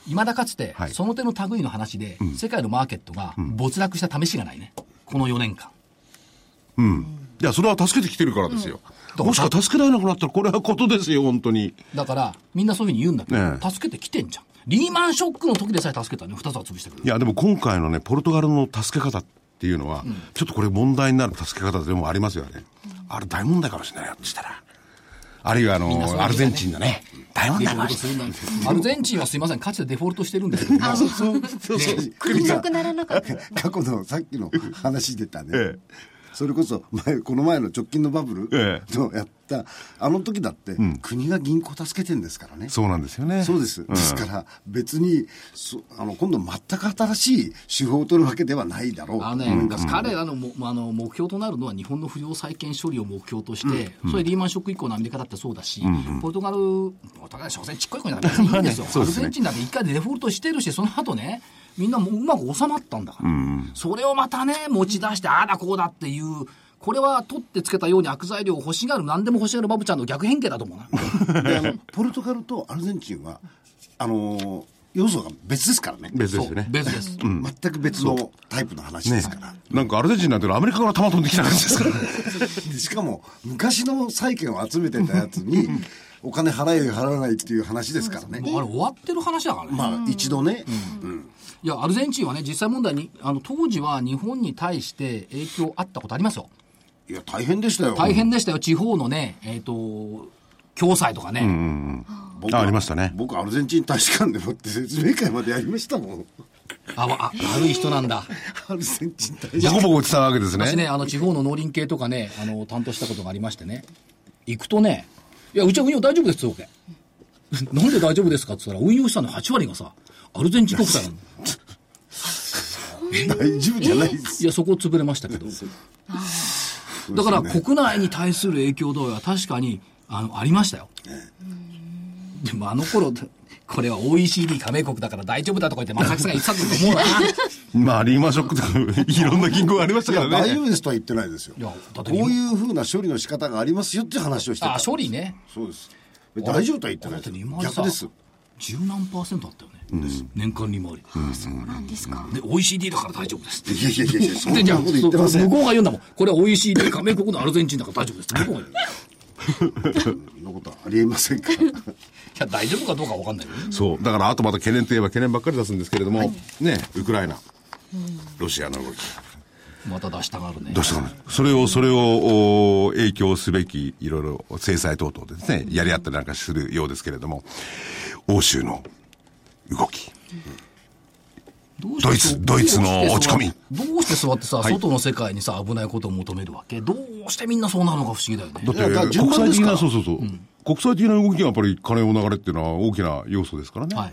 A: いまだかつて、
D: はい
A: その手の類の話で、世界のマーケットが没落した試しがないね。この4年間。
D: いや、それは助けてきてるからですよ。もしか助けられなくなったら、これはことですよ、本当に。
A: だから、みんなそういうふうに言うんだけど、
D: ええ
A: 助けてきてんじゃん。リーマンショックの時でさえ助けたね。2つは潰したけど
D: い。や、でも今回のね、ポルトガルの助け方っていうのは、ちょっとこれ問題になる助け方でもありますよね。あれ大問題かもしれないよ、としたら。あるいはあの、
A: なそう
D: ア
A: なん
D: ル
A: ですよ
D: ゼ
A: ね
D: ンチンのね、大問
A: デ
D: 題
A: フォ
D: かも
A: ルト
D: し
A: す
D: れない。
A: るなんてアルゼンチンはすいません、かつてデフォルトしてるんですけども、
D: そうそうそう
E: 国なくならなかった
C: [laughs] 過去のさっきの話出たね、
D: ええ
C: それこそ前この前の直近のバブル
D: ええ
C: のやだからあの時だって、国が銀行助けてんですからね。
D: そうなんですよね。
C: そうです。
D: ん
C: ですから、別に、そあの、今度全く新しい手法を取るわけではないだろうと
A: あの
C: 思
A: ね
C: います。
A: 彼らのもあの目標となるのは日本の不良債権処理を目標として、それリーマンショック以降のアメリカだってそうだし、ポルトガル、ポルトガルは所詮ちっこい国だ [laughs] から別にいいんですよ、アルゼンチンだって一回デフォルトしてるし、その後ね、みんなもううまく収まったんだから、それをまたね、持ち出して、ああだこうだっていう。これは取ってつけたように悪材料を欲しがる、何でも欲しがるバブちゃんの逆変形だと [laughs] 思うな。
C: であのポルトガルとアルゼンチンは、あのー要素が別ですからね。
D: 別ですよ
A: そ
D: ね
A: う。別です。
C: 全く別のタイプの話ですから。
D: なんかアルゼンチンなんてのはアメリカから弾飛んできた感じですから。
C: でしかも、昔の債権を集めてたやつに、お金払えよ払わないっていう話ですからね。
A: もうあれ終わってる話だからね。
C: まあ、一度ね、うん
A: いや、アルゼンチンはね、実際問題に、あの、当時は日本に対して影響あったことありますよ。
C: いや、大変でしたよ。
A: 大変でしたよ、地方のね、えっ、と、共済とかね。
C: 僕は
D: [laughs] あありましたね
C: 僕、アルゼンチン大使館でもって説明会までやりましたもん。
A: あわあ、悪い人なんだ。
C: アルゼンチン大使
D: ヤコボが言ってたわけです
A: 私
D: ね。
A: ね、あの、地方の農林系とかね、あの、担当したことがありましてね。行くとね、いや、うちは運用大丈夫ですって言うわけ。なん [laughs] で大丈夫ですかって言ったら、運用したの8割がさ、アルゼンチン国債なの。
C: 館大丈夫じゃないです。
A: いや、そこ潰れましたけど。だから、国内に対する影響度合いは確かに、あの、ありましたよ。でも、あの頃、これは OECD 加盟国だから大丈夫だとか言って、松崎さんが言ってたと思うな。
D: まあ、リーマンショックとか、 [laughs] いろんな銀行がありました
C: い
D: か
C: や、
D: ら
C: 大
D: ね
C: 丈。夫ですとは言ってないですよ。
A: いやだって
C: こういうふうな処理の仕方がありますよっていう話をしてた
A: あ、。処理ね。
C: そうです。大丈夫とは言って
A: だ
C: な
A: って利
C: い。
A: 回りさ
C: 逆です。
A: 十何パーセントあったよね。年間利回り。
B: そうなんですか。
A: で、OECD だから大丈夫ですって。
C: いやいやいやいや、そん
A: で、じゃ
C: な
A: あ、
C: こと言ってません。
A: 向こうが言うんだもん。これは OECD 加盟国のアルゼンチンだから大丈夫ですって。向こうが言う。
C: そんなことはありえませんから。
A: いや、大丈夫かどうかわかんないけどね。
D: そう。だから、あとまた懸念といえば懸念ばっかり出すんですけれども、ね、ウクライナ、ロシアの動き。
A: また出したがるね
D: ど。うしたかなそれを、それを、お影響すべき、いろいろ制裁等々でですね、やり合ったりなんかするようですけれども、欧州の動き。
A: どうして
D: ドイツドイツの落ち込み。
A: どうしてそうどうしてそうやってさ、
D: い
A: 外の世界にさ、危ないことを求めるわけどうしてみんなそうなのか不思議だよね。
D: だ
C: いやだから
D: って、
C: 順
D: 国
C: 番
D: 際
C: です
D: 的
C: から
D: な、そうそうそう。国際的な動きがやっぱり金の流れっていうのは大きな要素ですからね。
A: はい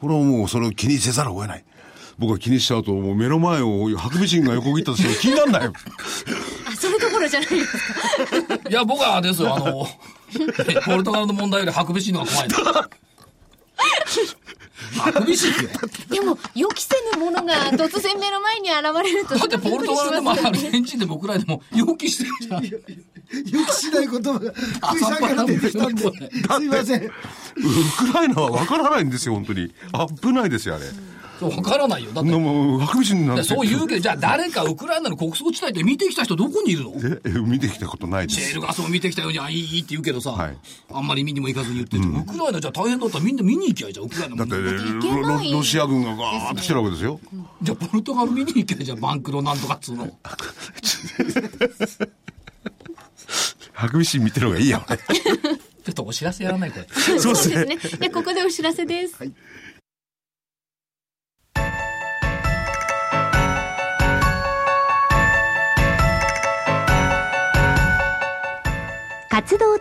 D: これはもうそれを気にせざるを得ない。僕は気にしちゃうと、もう目の前をハクビシンが横切ったとしても気にならない。
B: あ、そういうところじゃないですか。
A: いや、僕はあれですよ、あの、ポルトガルの問題よりハクビシンの方が怖いな。ハクビシンよ。
B: でも、予期せぬものが突然目の前に現れ
C: [laughs]
B: ると、
A: だってポルトガルでも
B: それは
A: アル
B: びっくりしますよね
A: ゼンチンでもウクライナでも予期してるじゃん。
C: [laughs] よくしない言葉が、福井さんから出てきたんで、
A: 朝っぱ
C: すいません。
D: ウクライナは分からないんですよ、本当に。危ないですよ、あれ。
A: そうわからないよ。だって、
D: のもうハクビシンなんて。
A: そう言うけど、じゃあ誰かウクライナの国葬地帯で見てきた人どこにいるの
D: え、見てきたことないで
A: シェー
D: す
A: ル。ガスも見てきたように、あ、いい、いいって言うけどさ、
D: はい
A: あんまり見にも行かずに言ってて、ウクライナじゃ大変だったらみんな見に行きゃいいじゃん、ウクライナ
D: だ
A: も
D: って、
B: けない
D: ロロシア軍がガーッと来てるわけですよ。
A: じゃあポルトガル見に行きゃいいじゃん、バンクロなんとかっつうの。
D: ハクビシン見てる方がいいや、俺。
A: ちょっとお知らせやらない、これ。
B: そうですね。じゃあここでお知らせです。
F: 活動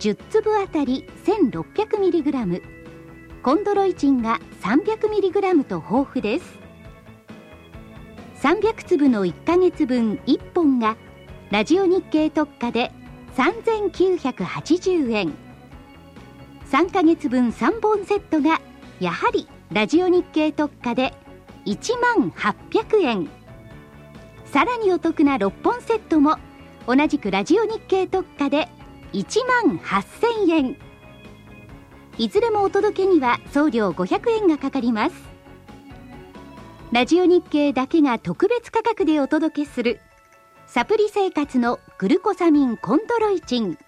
F: 10粒あたり 1600mg コンドロイチンが 300mg と豊富です300粒の1ヶ月分1本がラジオ日経特価で3980円3ヶ月分3本セットがやはりラジオ日経特価で1万800円さらにお得な6本セットも同じくラジオ日経特価で1万8000円いずれもお届けには送料500円がかかりますラジオ日経だけが特別価格でお届けするサプリ生活のグルコサミンコンドロイチン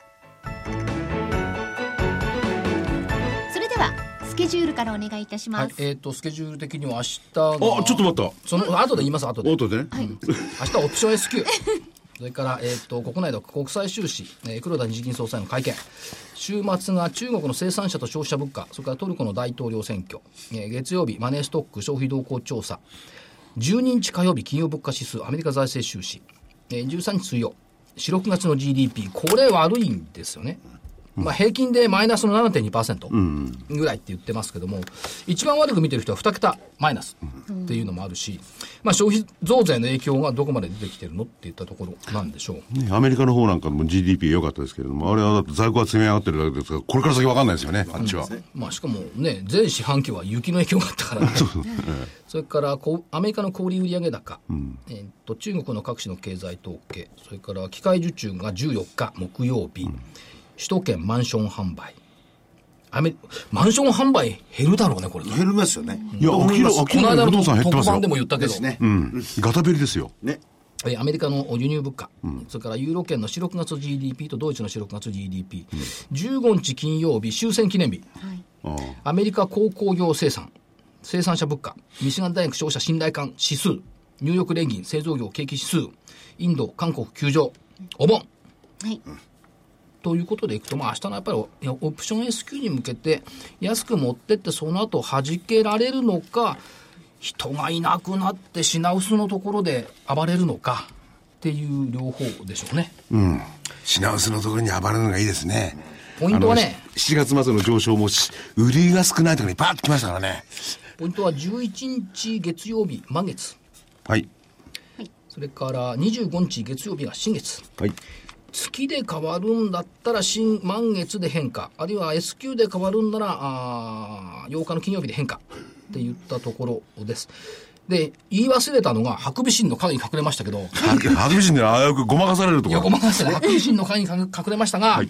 B: スケジュールからお願いいたし
A: は
B: ま
A: い
B: す。、
A: えっ、と、スケジュール的には明日が。あ、
D: あちょっと待った
A: その、後で言います、後で。
D: 音でね、
A: 明日オプション S q それから、えー、と国内の国際収支、えー黒田日銀総裁の会見週末が中国の生産者と消費者物価それからトルコの大統領選挙、えー月曜日マネーストック消費動向調査12日火曜日金曜物価指数アメリカ財政収支、えー13日水曜46月の GDP これ悪いんですよね、まあ、平均でマイナスの7.2%ぐらいって言ってますけども、一番悪く見てる人は2桁マイナスっていうのもあるし、まあ、消費増税の影響がどこまで出てきてるのっていったところなんでしょう。
D: ねアメリカの方なんかも GDP 良かったですけれども、あれはだって在庫が積み上がってるだけですから、これから先わかんないですよね、あっちは。
A: まあ、しかもね、全四半期は雪の影響があったか
D: [laughs]
A: らね、それからこうアメリカの小売売上高、えーっと、中国の各地の経済統計、それから機械受注が14日木曜日、首都圏マンション販売、アメマンション販売減るだろうね、これね。
C: 減りますよね。
D: いや、明ら
A: こ
D: 明
A: の
D: らか
A: 間
D: に不動
A: の
D: 産減って
A: 特
D: ますよ
A: 番で。も言ったけ
C: で
A: ど、
C: すね。
D: うん。ガタベリですよ。
C: ね。
A: えーアメリカの輸入物価、それからユーロ圏の4、6月 GDP とドイツの4、6月 GDP、15日金曜日、終戦記念日、
D: ああ
A: アメリカ鉱工業生産、生産者物価、ミシガン大学消費者信頼感指数、ニューヨーク連銀製造業景気指数、インド、韓国急上、お盆。
B: はい。
A: ということでいくと、まあ明日のやっぱりおいやオプション S q に向けて安く持ってって、その後弾けられるのか、人がいなくなって品薄のところで暴れるのかっていう両方でしょうね。
D: 品薄のところに暴れるのがいいですね。
A: ポイントはね
D: あの、し7月末の上昇もし、売りが少ないところにパーッと来ましたからね。
A: ポイントは11日月曜日、満月。
D: はい。
A: それから25日月曜日が新月。
D: はい。
A: 月で変わるんだったら新満月で変化あるいは S q で変わるんならあー8日の金曜日で変化って言ったところですで言い忘れたのがハクビシンの影に隠れましたけど
D: ハクビシンであうくごまかされると
A: いや
D: ころ
A: ご。まかせないハクビシンの影に隠れましたが、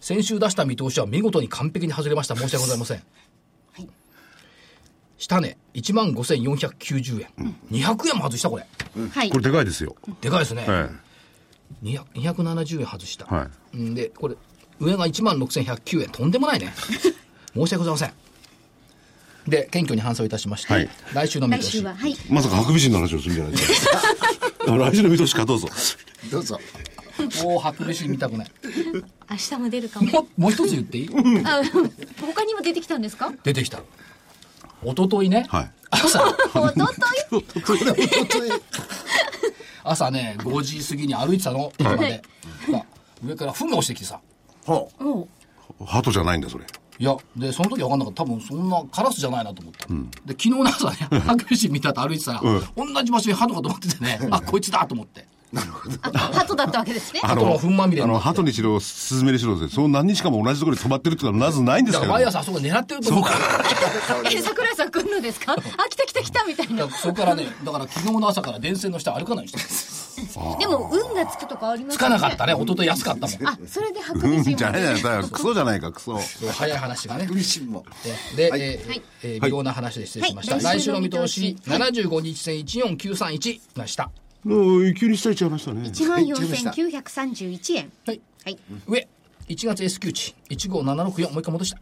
A: 先週出した見通しは見事に完璧に外れました申し訳ございません、下値1万5490円、200円も外したこれ
B: はい
D: こ。れでかいですよ。
A: でかいですね、
D: え
A: 200 270円外した、
D: は
A: うんでこれ上が1万6109円とんでもない
D: [laughs]
A: ね申し訳ございませんで謙虚に反省をいたしまして、
D: はい
A: 来週の見
B: 来
A: 通
B: 週
A: し
B: は、はい。
D: え。まさかハクビシンの話をするんじゃないですか。あ来週の見通しかどうぞ。
C: どうぞ。
A: もう白飯見たくない
E: 明日も出るかも。
A: ももう一つ言って
D: [laughs]
A: いい
E: あ他にも出てきたんですか
A: 出てきた一昨日ね、
D: はい。
A: 朝
E: [laughs] おととい
C: これ本当に
A: 朝ね5時過ぎに歩いてたの駅まで、まあ上から糞が落ちてきてさ
C: ほう。
E: おう
D: ハトじゃないんだ、それ。
A: いやでその時は分かんなかった多分そんなカラスじゃないなと思った、で昨日の朝ね白飯見たと歩いてたら、同じ場所に鳩が止まっててね、あこいつだと思って
E: あハトだったわけですね。
D: あ
A: 鳩の糞まみれ
D: あ
A: にな
D: の、
A: って
D: ハトにしろ、スズメにしろですねその何日かも同じところに止まってるってのはなぜないんで
A: だか
D: すけ
A: ら毎
D: ど。
A: 朝あそこ狙ってると思うから。
E: え、桜井さん来るのですかあ、来た来た来たみたい
A: だ
E: な
A: から。そこからね、だから昨日の朝から電線の下歩かない人です。
E: でも、運がつくとかあります
A: つ
E: ね。
A: かなかったね、一昨日安かったもん。
E: あ、それで白
D: う
E: 日
D: ん、じゃないじゃない、クソじゃないか、クソ。
A: 早い話がね。
C: 嬉しいもん。
A: で、
C: はい
A: えー
E: はい
A: えー微妙な話で失礼しました。
E: はい
A: 来週の見通し、
E: は
A: 75日線14931が下。
D: もう、急に下行っちゃいましたね。
B: 一万四千九百三十一円。
A: はい。
B: はい。
A: 上、1月 S q 値、15764、もう一回戻した。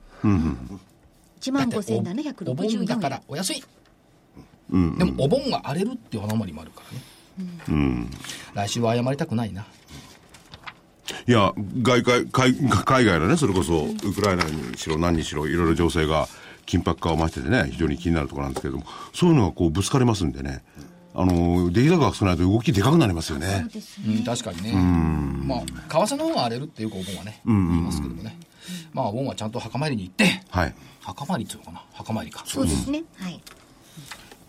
B: 一万五千
A: お
B: 七百
A: お
B: 六十
A: 盆だ
B: 四
A: から
B: 円。
A: お安い。でもお盆が荒れるっていう穴まりもあるからね。来週は謝りたくないな。
D: いや、外界、海海外のね、それこそ、ウクライナにしろ、何にしろ、いろいろ情勢が緊迫化を増しててね、非常に気になるところなんですけれども、そういうのがこう、ぶつかりますんでね、あの、出来高が少ないと動きでかくなりますよね。
A: うん、確かにね、まあ、為替の方が荒れるっていうか、お盆はね、言いますけどもね、まあ、お盆はちゃんと墓参りに行って、
D: はい。
A: 墓参りっていうのかな、墓参りか、
B: そうですね。はい。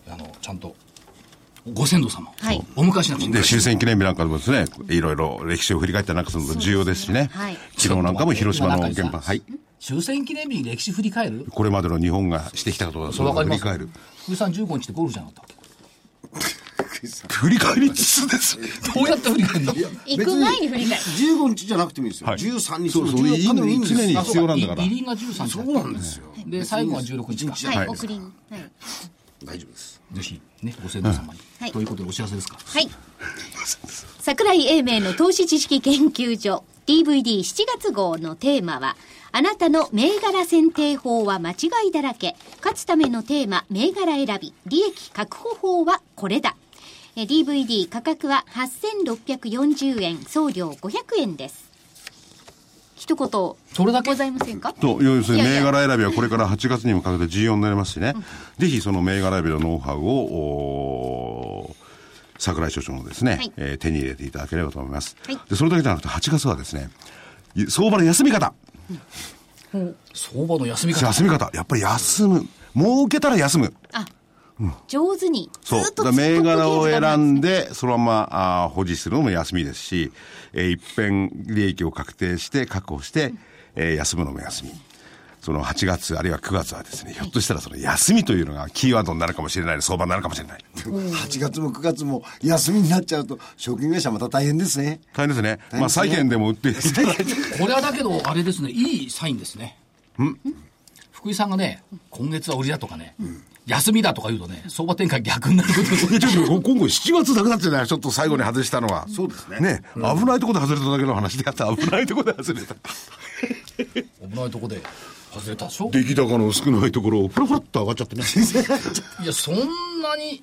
A: あのちゃんとご先祖様を
B: はい
A: お迎えしなくちゃいけな
D: で、
A: い
D: 終戦記念日なんかでもですね、いろいろ歴史を振り返ったりなんかするの重要ですしね、
B: はい
D: 昨日なんかも広島の
A: ちょ
D: 原
A: っと待って今中井
D: 発、
A: さん
D: はい。
A: 終戦記念日、歴史振り返る、
D: これまでの日本がしてきたことをそ
A: そうわ
D: れを
A: か
D: 振
A: りま
D: り
A: す
D: 返る。、
A: 福井さん15日ってゴルフじゃなかったっ
D: 振り返りつつです。
A: けどうやって振り返るの
E: 行く前に振り返る。
C: 15日じゃなくてもいいですよ。
D: はい
C: 13日
D: そうそう
C: 14日でもいいんですよ。
D: 常に必要なんだから
A: 入りが13日
C: そうなんですよ。
A: で最後が16日か、
B: はい。
D: はい
B: 送りに。はい。
C: 大丈夫です。
A: ぜひね、ご先祖様に、
B: はい
A: ということでお知らせですか。
B: はい。桜井英明の投資知識研究所。 DVD7 月号のテーマは、あなたの銘柄選定法は間違いだらけ。勝つためのテーマ、銘柄選び。利益確保法はこれだ。え DVD 価格は8640円、送料500円です。一言、
A: それだけ
B: ございませんか
D: と、要するに
B: いやいや
D: 銘柄選びはこれから8月にもかけて重要になりますしね、ぜひその銘柄選びのノウハウを、おー桜井所長のですね、
B: はい
D: えー手に入れていただければと思います、
B: はい
D: で。それだけじゃなくて8月はですね、い相場の休み方。
A: 相場の休み方。
D: 休み方。やっぱり休む。儲けたら休む。
B: あ、上手に。
D: そう。
B: ずっ
D: だ
B: と
D: から銘柄を選ん
B: で。
D: で、そのままあー保持するのも休みですし、えー、一遍利益を確定して、確保して、えー休むのも休み。その8月あるいは9月はですね、ひょっとしたらその休みというのがキーワードになるかもしれない、相場になるかもしれない。
C: 8月も9月も休みになっちゃうと、証券会社また大変ですね。
D: 大変ですね。
C: 変
D: ま
C: で
D: あ
C: すね
D: 債券でも売っていただいて、
A: これはだけど、あれですね、いいサインですね。福井さんがね、今月は売りだとかね、休みだとか言うとね、相場展開逆になること
D: いや [laughs] ちょっと今後7月だけだってね、ちょっと最後に外したのは。そうですね。ね、危ないとこで外れただけの話であった。危ないとこで外れた。
A: 危ないとこで外れたでしょ
D: 出来高の少ないところを、プラプラっと上がっちゃって [laughs] ね。
A: いや、そんなに、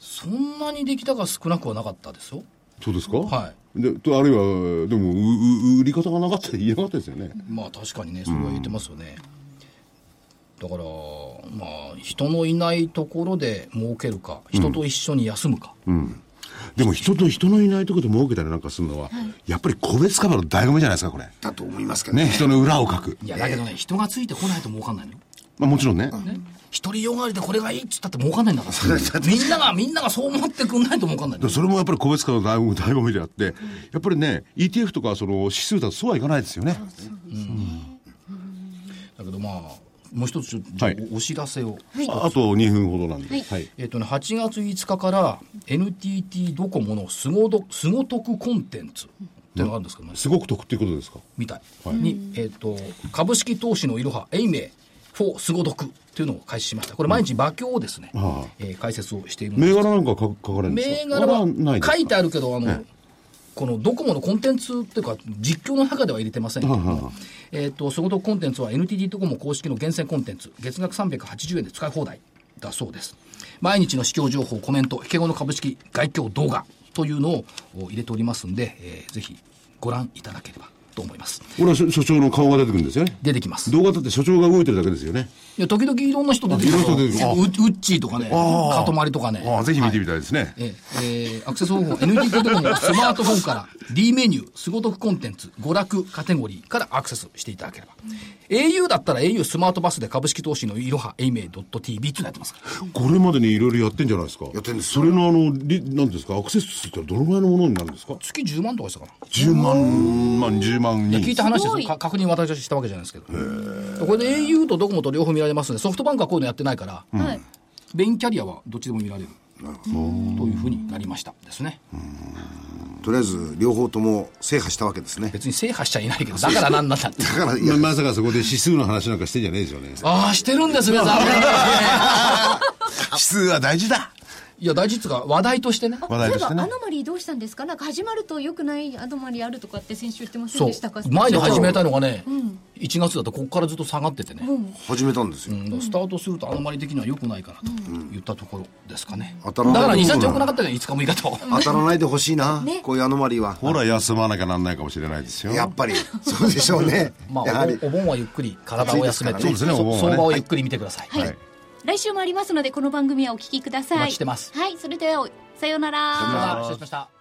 A: そんなに出来高少なくはなかったですよ。
D: そうですか。
A: はい
D: で、とあるいは、でも、うう売り方がなかったら言えなかったですよね。
A: まあ確かにね、それは言ってますよね。だから、まあ、人のいないところで儲けるか、人と一緒に休むか。
D: でも人と人のいないところで儲けたりなんかするのは、やっぱり個別株の醍醐味じゃないですか、これ。
C: だと思いますけどね。
D: ね、人の裏を書く。
A: いや、だけどね、人がついてこないと儲かんないのよ。
D: まあもちろんね。
A: ね一人よがりでこれがいいっつったって儲かんないんだから。みんなが、みんながそう思ってくんないと儲かんないの
D: でそれもやっぱり個別株の醍醐醍醐味であって、やっぱりね、ETF とかその指数だとそうはいかないですよね。
A: だけどまあ、もう一つちょっと
D: はい
A: おお知らせを。
D: ああと2分ほどなんで。
E: はい
D: はい。
A: えっとね、8月5日から NTT ドコモのすごどすご得コンテンツっていうのがあるんですけどね、
D: すごく得っていうことですか
A: みたいに、えっと株式投資のいろは永明4すご得っていうのを開始しましたこれ毎日馬鏡をですね、
D: ああ
A: えー解説をしているんで
D: 銘
A: す
D: 柄なんか書かれるんです
A: 銘
D: か
A: 柄
D: あらない
A: は
D: ですか
A: 書いてあるけどあの、
D: え
A: このドコモのコンテンツっていうか実況の中では入れてませんけども、えっとそご得コンテンツは NTT ドコモ公式の厳選コンテンツ月額380円で使い放題だそうです毎日の市況情報コメント引け後の株式外況動画というのをお入れておりますんで、えーぜひご覧いただければと思います
D: これは所所長の顔が出てくるんですよね。
A: 出てきます
D: 動画だって所長が動いてるだけですよね。
A: いや、時々いろんな人出てき
D: いろんな人出てくるあ
A: ウッウッチーとかね、
D: ああ
A: かとまりとかね。
D: ああ、ぜひ見てみたいですね。
A: えええーアクセス方法は NTT ドコモのスマートフォンから D メニュー、すごとくコンテンツ、娯楽カテゴリーからアクセスしていただければ。au だったら au スマートバスで株式投資のいろは a m a .tv ってなってますから。
D: これまでにいろいろやってんじゃないですか。
C: やってんです
D: それのあの、りなんですか、アクセス数ってどのぐらいのものになるんですか
A: 月10万とかしたかな。
D: ?10 万、万、10万
A: 聞い
D: 人。
A: た話ですよ。か確認私はしたわけじゃないですけど。これで au とドコモと両方見られますんで、ソフトバンクはこういうのやってないから、
E: はい。
A: ベインキャリアはどっちでも見られる。というふうになりましたですね。
C: とりあえず、両方とも制覇したわけですね。
A: 別に制覇しちゃいないけど、だからなんなんだって。
C: だから、い
D: ま
C: や、
D: まさかそこで指数の話なんかしてんじゃねえですよね。
A: ああ、してるんですね、残念ですね。
D: 指数は大事だ
A: いや、大事っつうか、話題としてね。
D: 話題として
E: そういえばア
D: ね。
E: ノマリーどうしたんですかなんか始まると良くないアノマリーあるとかって先週言ってません
A: そう
E: でしたか。
A: 前に始めたのがね、1月だとここからずっと下がっててね。
C: 始めたんですよ。
A: うんスタートするとあんまり的には良くないからと言ったところですかね。
C: 当
A: だか
C: た
A: ら
C: ない
A: ら2、3日良くなかったじゃん、5日も日
D: [laughs]
A: と。。
C: 当たらないでほしいな、こういうアノマリーは。
D: ほら、休まなきゃなんないかもしれないですよ。
C: やっぱり、そうでしょうね
A: ま
C: やは
A: あ
C: り、
A: お、お盆はゆっくり体を休めて、
D: そうですねお盆はね
A: そ相場をゆっくり見てください。
E: はい。来週もありますので、この番組はお聞きください。
A: お待ちしてます
E: はい、それでは、さようなら
A: さあ失礼しました。